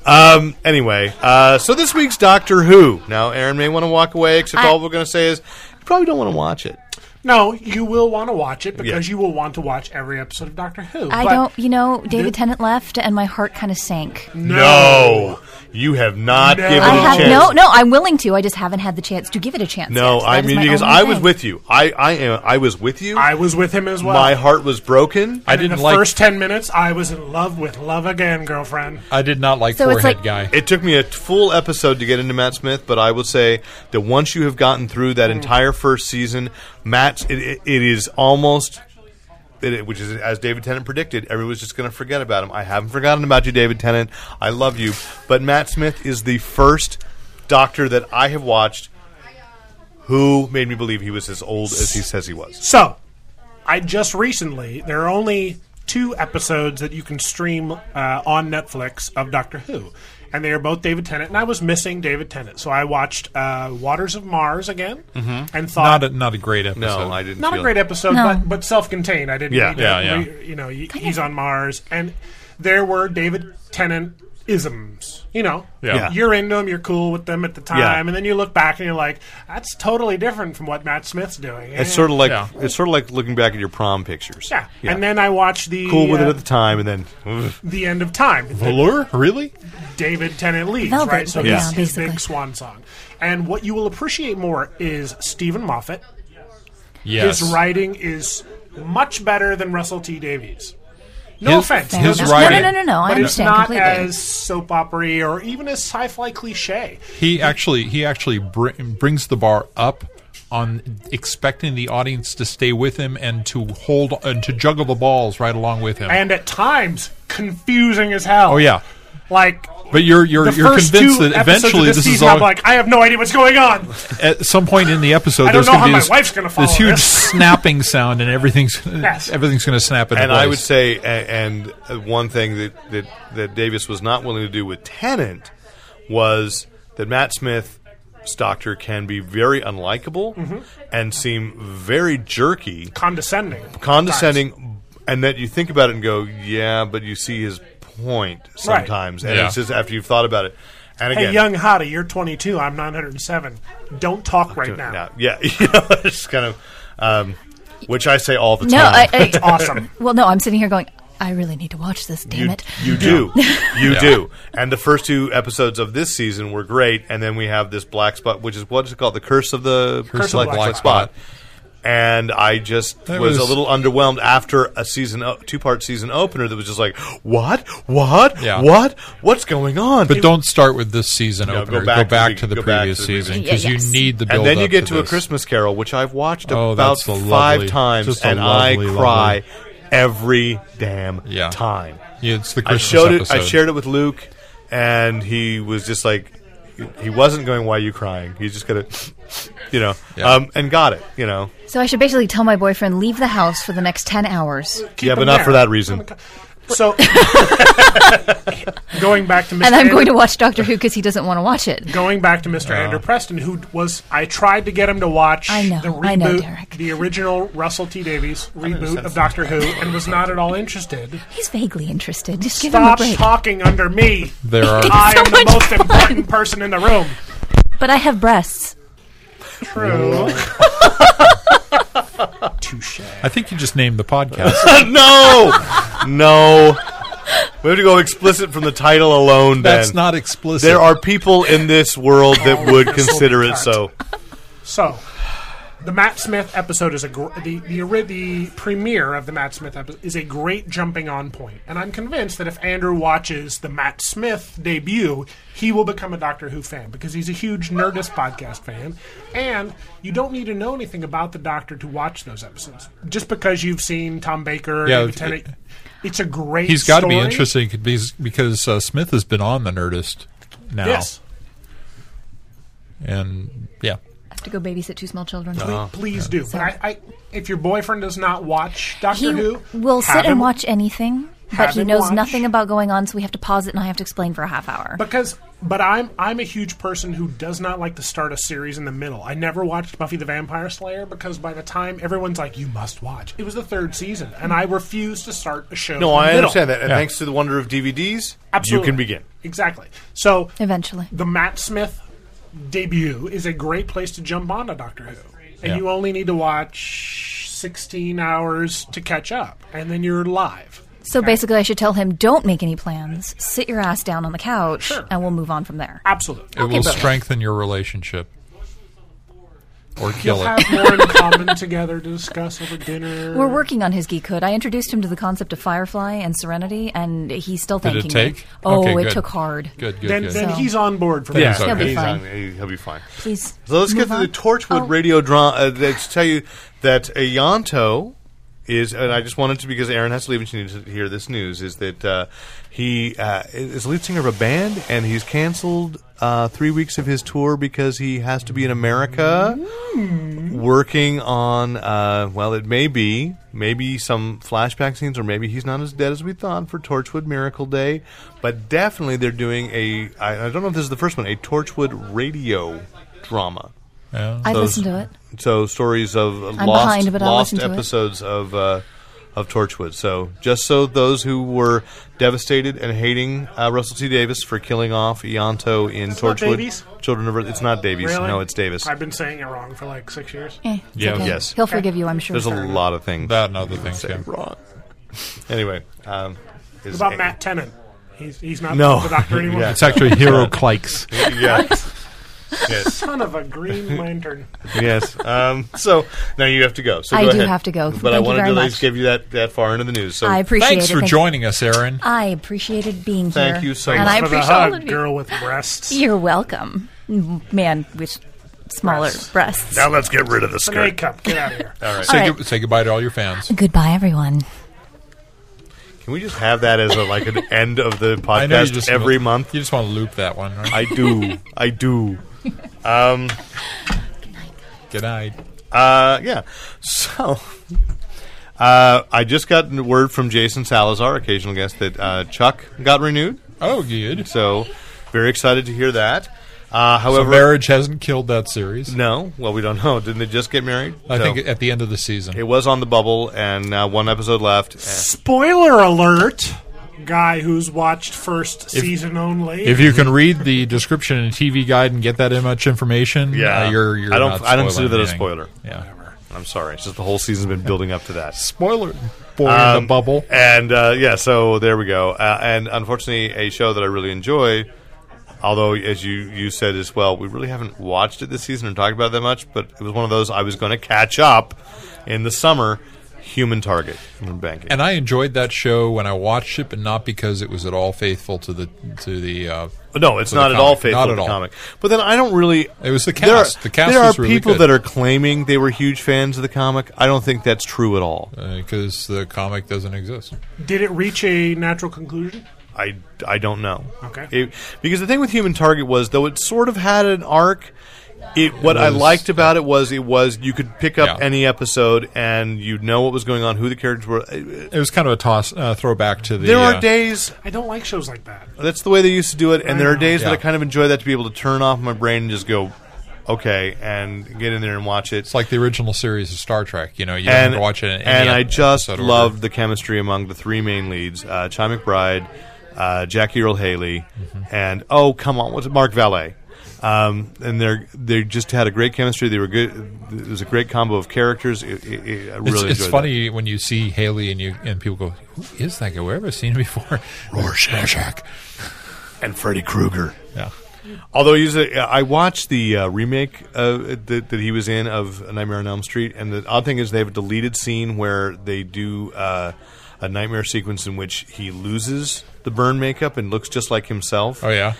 Um, anyway, uh, so this week's Doctor Who. Now, Aaron may want to walk away, except
I-
all we're going to say is you probably don't want to watch it.
No, you will want to watch it because
Yeah.
you will want to watch every episode of Doctor Who.
I
but
don't, you know, David Tennant left and my heart kind of sank.
No, you have not
No.
given
I
it a
have
chance.
no, no. I'm willing to. I just haven't had the chance to give it a chance.
No,
yet.
I
That is
mean
my
because
only
I was
thing.
with you. I I am I was with you.
I was with him as well.
My heart was broken.
I
And in
didn't
the
like.
first ten minutes, I was in love with love again, girlfriend.
I did not like
So it's
forehead
like-
guy.
It took me a full episode to get into Matt Smith, but I will say that once you have gotten through
Mm.
that entire first season, Matt, it, it, it is almost, it- it, which is as David Tennant predicted, everyone's just going to forget about him. I haven't forgotten about you, David Tennant. I love you, but Matt Smith is the first Doctor that I have watched who made me believe he was as old as he says he was.
So, I just recently there are only two episodes that you can stream uh, on Netflix of Doctor Who, and they are both David Tennant. And I was missing David Tennant, so I watched uh, Waters of Mars again and thought
Not a, not a great episode.
No, I didn't.
not a
feel
great
it.
episode,
No.
but but self-contained. I didn't.
Yeah,
need
yeah,
to
yeah.
re- you know, he- he's on Mars, and there were David Tennant isms. You know,
Yeah. Yeah.
you're into them, you're cool with them at the time,
Yeah.
and then you look back and you're like, that's totally different from what Matt Smith's doing.
It's sort of like
Yeah.
it's sort of like looking back at your prom pictures.
yeah. And then I watched the
cool with
uh,
it at the time, and then ugh.
the end of time.
Allure? Really?
David Tennant leaves,
Velvet,
right? So
yeah,
his, his
basically.
big swan song. And what you will appreciate more is Stephen Moffat.
Yes.
His writing is much better than Russell T Davies. No
His-
offense.
his
no,
No,
writing-
no, no, no, no. I
but it's
understand
not
completely.
as soap opery or even as sci-fi cliche.
He actually he actually br- brings the bar up on expecting the audience to stay with him and to hold and to juggle the balls right along with him.
And at times, confusing as hell.
oh yeah.
Like...
But you're you're
The
you're
first
convinced
two
that
episodes
eventually
of this,
this is
season,
all
I'm like, I have no idea what's going on.
at some point in the episode
I don't
there's
know
going to
how
be
my
this,
wife's gonna follow
this huge
this.
snapping sound and everything's
Yes.
everything's going to snap into
And
place.
I would say, a- and uh, one thing that, that that Davis was not willing to do with Tennant was that Matt Smith's Doctor can be very unlikable
Mm-hmm.
and seem very jerky,
Condescending.
condescending, and that you think about it and go, yeah, but you see his point sometimes, and
Yeah.
it's just after you've thought about it. And again,
Hey, young hottie, you're 22. I'm 907. Don't talk right now.
now, yeah, you know, it's kind of, um, which I say all the
No,
time.
I, I,
Awesome.
Well, no, I'm sitting here going. I really need to watch this. Damn
you,
it.
you do. You do. And the first two episodes of this season were great, and then we have this black spot, which is what is it called? The curse of the
Curse of the Black Spot.
And I just
That
was, a
was-
little underwhelmed after a season, o- two-part season opener that was just like, what, what,
Yeah.
what, what's going on?
but don't start with this season
No,
opener. Go
go back
back,
to the-
to the
go back
previous
to the
season
previous-
because
Yeah, yes.
you need the build
and then you
up
get
to
to, a
this.
Christmas Carol, which I've watched
Oh,
about
that's a lovely-
five times,
just a
and I
lovely,
cry
lovely-
every damn
Yeah.
time.
Yeah, it's the
I
Christmas
showed it.
episode.
I shared it with Luke, and he was just like, he wasn't going. Why are you crying? He's just gonna, you know,
Yeah.
um, and got it. You know,
So I should basically tell my boyfriend leave the house for the next ten hours,
Keep
yeah, but
him
not
there.
for that reason.
So, going back to Mr.
and I'm
Andrew-
going to watch Doctor Who because he doesn't want to watch it.
going back to Mr. Andrew Preston, who was I tried to get him to watch
I know,
the reboot,
I know, Derek.
the original Russell T Davies reboot of Doctor Who, and was not at all interested.
He's vaguely interested. Just give him a
Stop
break.
talking under me.
There are
I am
So
the
much
most important person in the room.
But I have breasts.
True. Touche.
I think you just named the podcast.
no, no. We have to go explicit from the title alone. Then
That's not explicit.
There are people in this world that would
This will
consider
be
it
cut.
so.
So, the Matt Smith episode is a gr- the the ori- the premiere of the Matt Smith episode is a great jumping on point, and I'm convinced that if Andrew watches the Matt Smith debut, he will become a Doctor Who fan because he's a huge Nerdist podcast fan, and you don't need to know anything about the Doctor to watch those episodes. Just because you've seen Tom Baker,
Yeah,
David
it-
Tennant, it's a great.
He's got to be
story.
interesting because, because uh, Smith has been on the Nerdist now,
Yes.
and yeah,
I have to go babysit two small children.
Uh-huh.
Uh-huh.
Please do. But I, I, if your boyfriend does not watch Doctor
He
Who,
will
have
sit and
him-
watch anything,
Have
but he
him
knows
watch.
nothing about going on, so we have to pause it and I have to explain for a half hour.
Because, but I'm I'm a huge person who does not like to start a series in the middle. I never watched Buffy the Vampire Slayer because by the time everyone's like, "You must watch," it was the third season, and I refuse to start a show.
No,
in the
I
middle.
understand that, and thanks to the wonder of DVDs,
Absolutely,
you can begin.
exactly. So
Eventually.
the Matt Smith debut is a great place to jump onto Doctor Who. And
Yeah.
you only need to watch 16 hours to catch up, and then you're live.
So basically, I should tell him, don't make any plans. Sit your ass down on the couch,
Sure.
and we'll move on from there.
Absolutely.
It will
but-
strengthen your relationship or kill
You'll
it.
have more in common together to discuss over dinner.
We're working on his geekhood. I introduced him to the concept of Firefly and Serenity, and he's still
Did
thanking
it take?
me. Oh,
Okay,
it
good.
took hard.
Good, good,
Then,
good.
then
So-
he's on board for
Yeah.
that.
He's okay.
He'll be
he's
fine.
on- he'll be fine.
Please.
So let's
move
get to
on.
the Torchwood
Oh,
radio drama. Uh, let's tell you that a Yonto is, and I just wanted to because Aaron has to leave and she needs to hear this news. Is that uh, he uh, is the lead singer of a band and he's canceled uh, three weeks of his tour because he has to be in America working on. Uh, well, it may be maybe some flashback scenes, or maybe he's not as dead as we thought for Torchwood Miracle Day. But definitely, they're doing a. I, I don't know if this is the first one. A Torchwood radio drama.
Yeah.
I
those-
listened to it.
So stories of
I'm
lost,
behind, but I'll
lost
listen to it.
episodes of uh, of Torchwood. So just so those who were devastated and hating uh, Russell T Davis for killing off Ianto in
not
Torchwood,
Davies?
Children of Earth. It's not Davies.
Really?
No, it's Davis.
I've been saying it wrong for like six years.
Eh, it's
Yeah.
okay.
Yes.
He'll forgive you, I'm sure.
There's a lot of things
That and other things.
say
Yeah.
wrong. Anyway, um, is
What about
a-
Matt Tennant? He's, he's not
No.
the doctor anymore.
Yeah.
It's actually Hero Clikes.
Yeah. yes.
Son of a green lantern.
Yes. Um, so now you have to go. So
I
go
do
ahead.
have to go.
But
Thank
I
you
wanted
very
to at least
much.
give you that, that far into the news. So
I appreciate
Thanks
it.
for
Thank-
joining us, Aaron.
I appreciated being here.
Thank you so
and
much.
I
for the
appreciate all of
hug,
you.
girl with breasts.
You're welcome. Mm, Man with smaller
Breasts.
breasts.
now let's get rid of the
It's an A cup. Get out of here.
All right.
Say,
right.
gu- say goodbye to all your fans.
Goodbye, everyone.
Can we just have that as a, like an end of the
I know you
podcast
just
every month?
You just want to loop that one. Right?
I do. I do.
Good night.
Uh, yeah. So, uh, I just got a word from Jason Salazar, occasional guest, that uh, Chuck got renewed.
Oh, good.
So, very excited to hear that. Uh,
So
however,
marriage hasn't killed that series.
no. Well, we don't know. Didn't they just get married?
I
So,
think at the end of the season.
it was on the bubble, and uh, one episode left. Eh.
Spoiler alert! Guy who's watched first season only.
if you can read the description in TV guide and get that much information,
Yeah.
uh, you're, you're
I don't-
not
I don't
spoiling
consider that a
anything.
spoiler.
Yeah,
I'm sorry. It's just the whole season's been building up to that.
spoiler boy in
Um,
the bubble.
And uh, yeah, so there we go. Uh, and unfortunately, a show that I really enjoy, although as you you said as well, we really haven't watched it this season or talked about it that much. But it was one of those I was going to catch up in the summer. Human Target, Human Banking.
And I enjoyed that show when I watched it, but not because it was at all faithful to the to the. Uh,
no, it's
to the
not at
comic.
all faithful
Not
to
at
the
all.
comic. But then I don't really.
It was the
There are-
cast. the cast
there
was
are
really
people
good.
that are claiming they were huge fans of the comic. I don't think that's true at all.
because uh, the comic doesn't exist.
Did it reach a natural conclusion?
I, I don't know.
Okay.
It- because the thing with Human Target was though it sort of had an arc. It, what I
was-
liked about it was it was you could pick up
Yeah.
any episode and you know what was going on, who the characters were. Uh,
It was kind of a toss uh, throwback to the.
There
uh,
are days
I don't like shows like that.
that's the way they used to do it, and there are days that
Yeah.
I kind of enjoy that to be able to turn off my brain and just go, okay, and get in there and watch it.
It's like the original series of Star Trek. You know, you don't have
and
to watch it. In
and
any
I just
episode order.
loved the chemistry among the three main leads: uh, Chai McBride, uh, Jackie Earl Haley,
Mm-hmm.
and oh come on, what's it, Mark Valet? Um, and they they just had a great chemistry. They were good. It was a great combo of characters. It, it, it, I really
It's,
enjoyed
it's
that.
funny when you see Haley and you and people go, "Who is that guy? We've ever seen him before." Rorschach.
And Freddy Krueger.
Yeah.
Although he's a, I watched the uh, remake uh, that, that he was in of A Nightmare on Elm Street, and the odd thing is they have a deleted scene where they do uh, a nightmare sequence in which he loses the burn makeup and looks just like himself.
Oh yeah.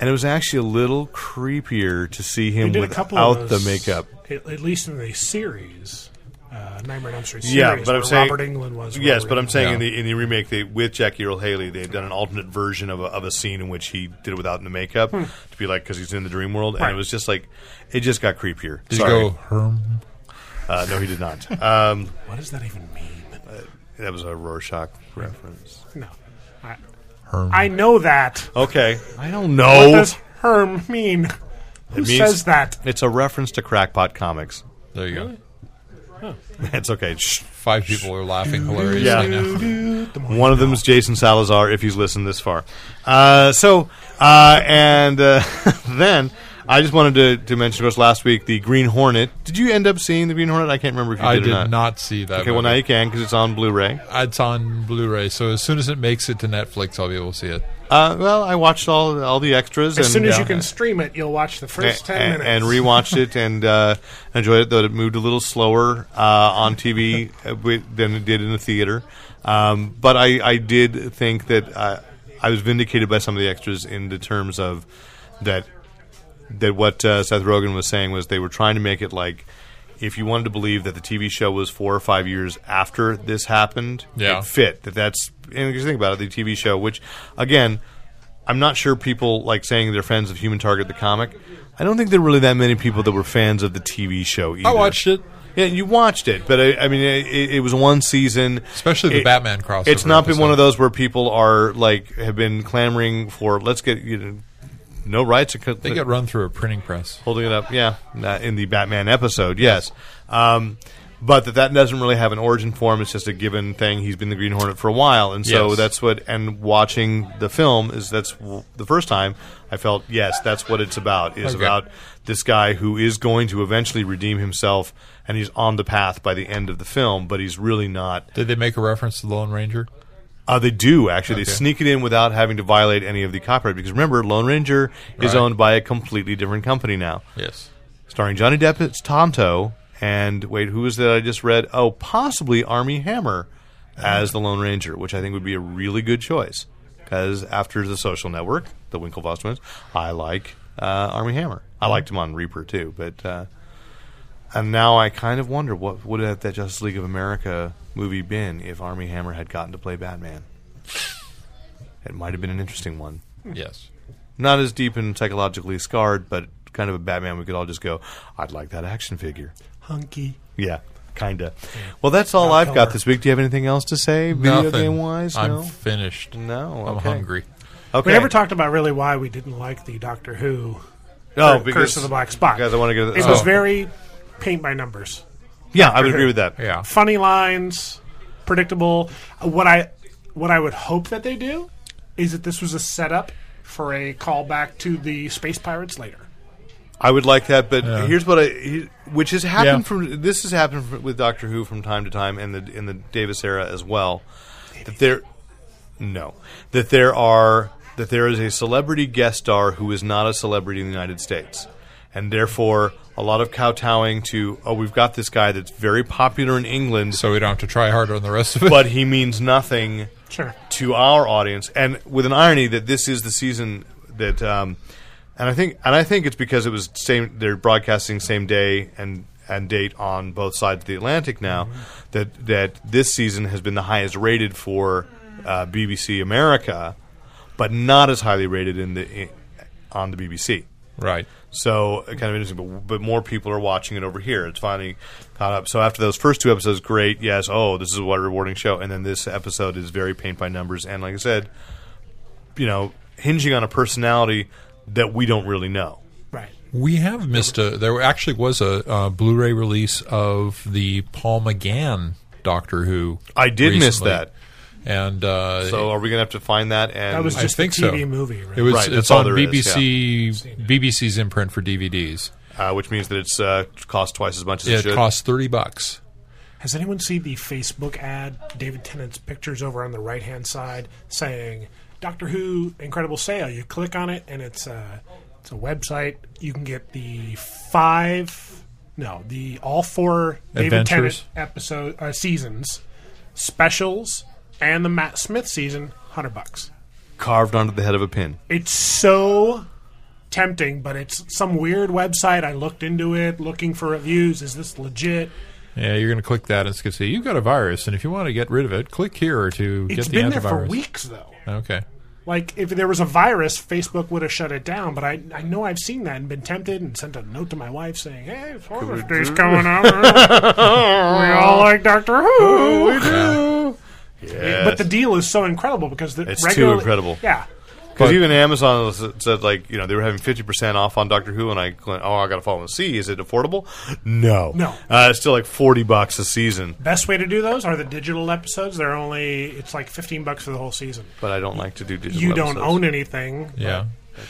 And it was actually a little creepier to see
We
him
did a couple
without
of
the
those,
makeup.
At, at least in the series, uh, Nightmare on Elm Street. Series,
Yeah, but I'm
where
saying-
Robert England was.
Yes, but I'm
Robert
saying in
Yeah.
the in the remake they, with Jackie Earl Haley, they've done an alternate version of a, of a scene in which he did it without the makeup to be like because he's in the dream world, and
Hmm. Right.
it was just like it just got creepier.
Did
Sorry.
you go? Herm.
Uh, no, he did not. Um,
England. What does that even mean?
That was a Rorschach reference.
No, I,
Herm.
I know that.
Okay. I don't
What
know.
does Herm mean? Who
means-
says that?
It's a reference to Crackpot Comics.
there you go.
It's okay. Shh.
Five people are laughing hilariously
Yeah.
now.
One of them is Jason Salazar, if he's listened this far. Uh, so, uh, and uh, then I just wanted to, to mention, of course, last week the Green Hornet. Did you end up seeing the Green Hornet? I can't remember if you
I
did,
did
or not.
not. see that.
Okay, well
movie.
now you can because it's on Blu-ray.
it's on Blu-ray, so as soon as it makes it to Netflix, I'll be able to see it.
Uh, well, I watched all all the extras
As
and,
soon as you
uh,
can stream it, you'll watch the first
a- a-
ten minutes
and rewatched it and uh, enjoyed it. Though it moved a little slower uh, on TV uh, wi- than it did in the theater. Um, but I, I did think that uh, I was vindicated by some of the extras in the terms of that that what uh, Seth Rogen was saying was they were trying to make it like if you wanted to believe that the TV show was four or five years after this happened,
Yeah.
it fit that that's and because think about it, the TV show, which again, I'm not sure people like saying they're fans of Human Target the comic. I don't think there are really that many people that were fans of the TV show. Either.
I watched it.
Yeah, you watched it, but I, I mean, it, it was one season.
Especially the
It-
Batman crossover
It's not been one
episode.
of those where people are like have been clamoring for. Let's get you know, no rights.
They get run through a printing press.
holding it up. Yeah, uh, in the Batman episode, yes. Um, but that that doesn't really have an origin form. It's just a given thing. He's been the Green Hornet for a while, and so
Yes.
that's what. And watching the film is that's w- the first time I felt yes, that's what it's about. Is
Okay.
about this guy who is going to eventually redeem himself, and he's on the path by the end of the film, but he's really not.
Did they make a reference to Lone Ranger?
Uh, they do actually. They
Okay.
sneak it in without having to violate any of the copyright because remember, Lone Ranger is
Right.
owned by a completely different company now
Yes.
starring Johnny Depp as Tonto and wait, who was that I just read? Oh, possibly Army Hammer as the Lone Ranger, which I think would be a really good choice because after The Social Network, the Winklevoss twins, I like uh, Army Hammer. I liked him on Reaper too, but uh, and now I kind of wonder what would have that Justice League of America movie been if Army Hammer had gotten to play Batman. It might have been an interesting one
Yes.
not as deep and psychologically scarred, but kind of a Batman. We could all just go, I'd like that action figure.
hunky.
Yeah, kinda. Well, that's all I've got
color.
this week. Do you have anything else to say, video
Nothing.
game wise?
I'm
No.
finished.
No,
I'm
okay.
hungry.
Okay.
We never talked about really why we didn't like the Doctor Who
Oh,
Cur-
because-
Curse of the Black Spot.
Guys, I want to get.
It
oh.
was very paint by numbers.
yeah, I would agree with that.
Yeah.
Funny lines, predictable. Uh, What I what I would hope that they do is that this was a setup for a callback to the Space Pirates later.
I would like that, but here's what I, he- which has
Yeah.
happened from this has happened from, with Doctor Who from time to time, and the in the Davis era as well. That there, no, that there are that there is a celebrity guest star who is not a celebrity in the United States, and therefore a lot of kowtowing to oh we've got this guy that's very popular in England,
So we don't have to try harder on the rest of it.
but he means nothing
Sure.
to our audience, and with an irony that this is the season that, um, and I think, and I think it's because it was same. They're broadcasting same day and and date on both sides of the Atlantic now. That that this season has been the highest rated for uh, BBC America, but not as highly rated in the in, on the BBC.
right.
So uh, kind of interesting, but but more people are watching it over here. It's finally caught up. So after those first two episodes, great, yes, oh, this is what a rewarding show. And then this episode is very paint by numbers, and like I said, you know, hinging on a personality that we don't really know.
Right.
We have missed a. There actually was a uh, Blu-ray release of the Paul McGann Doctor Who.
I did miss
recently.
that.
and uh,
So are we gonna have to find that? And uh,
That was
I
just
think
a TV
so.
movie. Right?
It was.
Right, that's
it's
all
on
there is,
BBC. BBC's imprint for DVDs.
uh, which means that it's uh, cost twice as much as it,
It
should.
costs thirty bucks.
Has anyone seen the Facebook ad, David Tennant's pictures over on the right hand side saying Doctor Who Incredible Sale? You click on it and it's a, it's a website. You can get the five, no, the all four David
Adventures.
Tennant episode uh, seasons, specials, and the Matt Smith season, 100 bucks.
carved onto the head of a pin.
It's so tempting, but it's some weird website. I looked into it looking for reviews. Is this legit?
Yeah, you're going to click that, and it's going to say you've got a virus, and if you want to get rid of it, click here to get
It's
the
been
antivirus.
there for weeks, though.
Okay.
Like if there was a virus, Facebook would have shut it down. But I, I know I've seen that and been tempted and sent a note to my wife saying, "Hey, it's Father's Day's coming up. we all like Doctor Who." But the deal is so incredible because the
It's too
regular,
incredible.
Yeah,
Because
But-
even Amazon s- said like you know they were having fifty percent off on Doctor Who, and I went, oh I got to follow and see is it affordable? No,
No.
uh, it's still like forty bucks a season,
best way to do those are the digital episodes. They're only it's like fifteen bucks for the whole season.
but I don't like to do digital.
You don't
episodes.
own anything.
Yeah.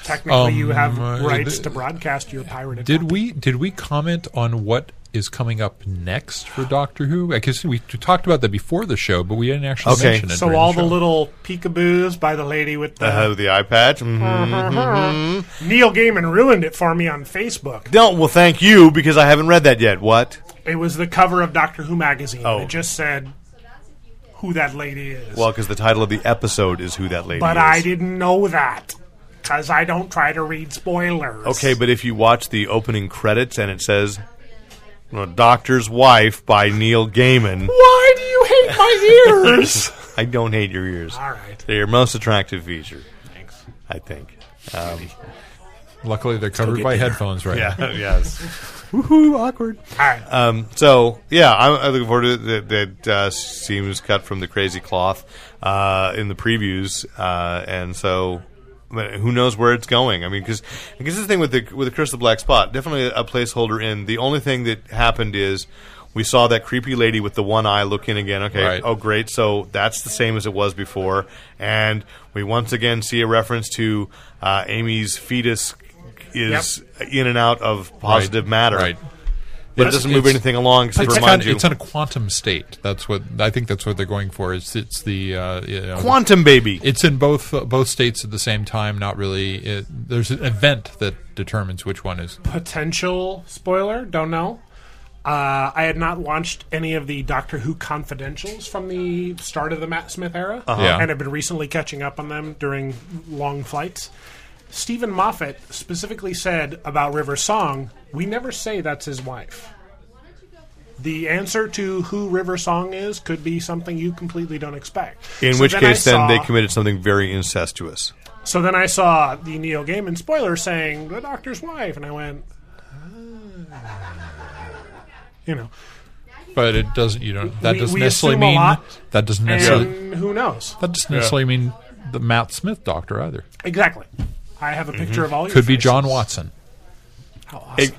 Technically,
Um,
you have
uh,
rights
did-
to broadcast your pirated.
Did
copy.
we did we comment on what is coming up next for Doctor Who? I guess we t- talked about that before the show, but we didn't actually
Okay.
mention it.
So
during
all
the,
the,
show.
little peekaboos by the lady with the
Uh-huh.
Uh, the eye patch. mhm.
Neil Gaiman ruined it for me on Facebook.
No, well, thank you because I haven't read that yet. What?
It was the cover of Doctor Who magazine.
Oh.
It just said who that lady is.
Well, because the title of the episode is who that lady
but
is.
I didn't know that because I don't try to read spoilers.
Okay, but if you watch the opening credits and it says well, "Doctor's Wife" by Neil Gaiman,
Why do you hate my ears?
I don't hate your ears.
All right.
They're your most attractive feature. Thanks. I think. Um,
Luckily, they're covered
get
by
dinner.
headphones right now.
yeah. yes. Woohoo! Awkward.
All right.
Um, so yeah, I'm, I'm looking forward to it. that. That uh, seems cut from the crazy cloth uh, in the previews, uh, and so but who knows where it's going? I mean, because I guess the thing with the with the Curse of the Black Spot, definitely a placeholder. In the only thing that happened is. We saw that creepy lady with the one eye look in again. Okay,
Right.
oh great, so that's the same as it was before, and we once again see a reference to uh, Amy's fetus is in and out of positive
Right.
matter
Right.
but it
It's-
doesn't move
it's-
anything along except
It's,
to
kind
remind
of,
you.
it's in a quantum state. That's what I think. That's what they're going for. It's it's the uh, you know,
quantum baby.
It's in both uh, both states at the same time. Not really. It, there's an event that determines which one is.
potential spoiler. Don't know. Uh, I had not watched any of the Doctor Who confidentials from the start of the Matt Smith era,
Uh-huh.
Yeah.
and I've been recently catching up on them during long flights. Stephen Moffat specifically said about River Song, "We never say that's his wife." The answer to who River Song is could be something you completely don't expect.
in
So
which
I
case, then they
saw-
committed something very incestuous.
so then I saw the Neil Gaiman spoiler saying the doctor's wife, and I went, "Ah." you know,
But it doesn't. You don't. That
We-
doesn't
we
necessarily
assume a
mean.
lot,
That doesn't
and
necessarily.
who knows
That doesn't necessarily mean the Matt Smith doctor either.
exactly? I have a picture of all. your
Mm-hmm. Could be
faces.
John Watson.
How awesome.
It-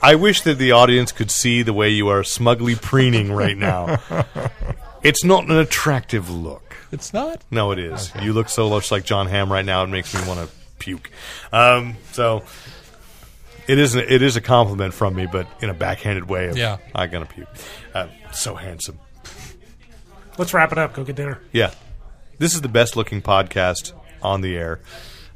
I wish that the audience could see the way you are smugly preening right now. it's not an attractive look.
It's not.
No, it is. You look so much like John Hamm right now; it makes me want to puke. Um, so it is. It is a compliment from me, but in a backhanded way. Of,
Yeah.
I'm gonna puke. Uh, so handsome.
Let's wrap it up. Go get dinner.
Yeah. This is the best looking podcast on the air.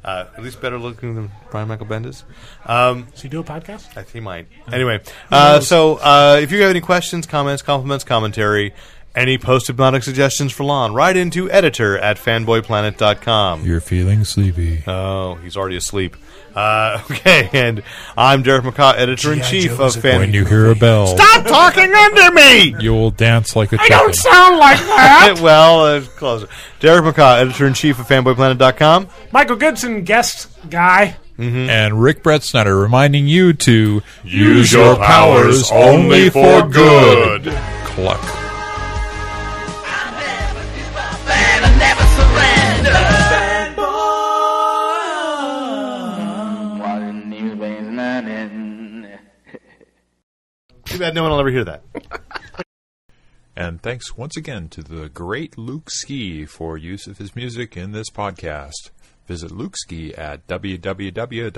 Uh, at least better looking than Brian Michael Bendis. Um,
So you do a podcast?
I think he might. Anyway, uh, so uh, if you have any questions, comments, compliments, commentary, any post-hypnotic suggestions for Lon, write into editor at fanboyplanet.com.
You're feeling sleepy.
Oh, he's already asleep. Uh, okay, and I'm Derek McCaw, editor-in-chief of
When
Fan...
you hear a bell,
Stop talking under me!
you'll dance like a
I
chicken.
don't sound like that.
well, uh, closer. Derek McCaw, editor-in-chief of fanboyplanet.com.
Michael Goodson, guest guy.
and Rick Brett Snyder reminding you to
Use your powers only for good.
Cluck.
Too bad no one will ever hear that.
And thanks once again to the great Luke Ski for use of his music in this podcast. Visit Luke E Ski at www.lukeski.com.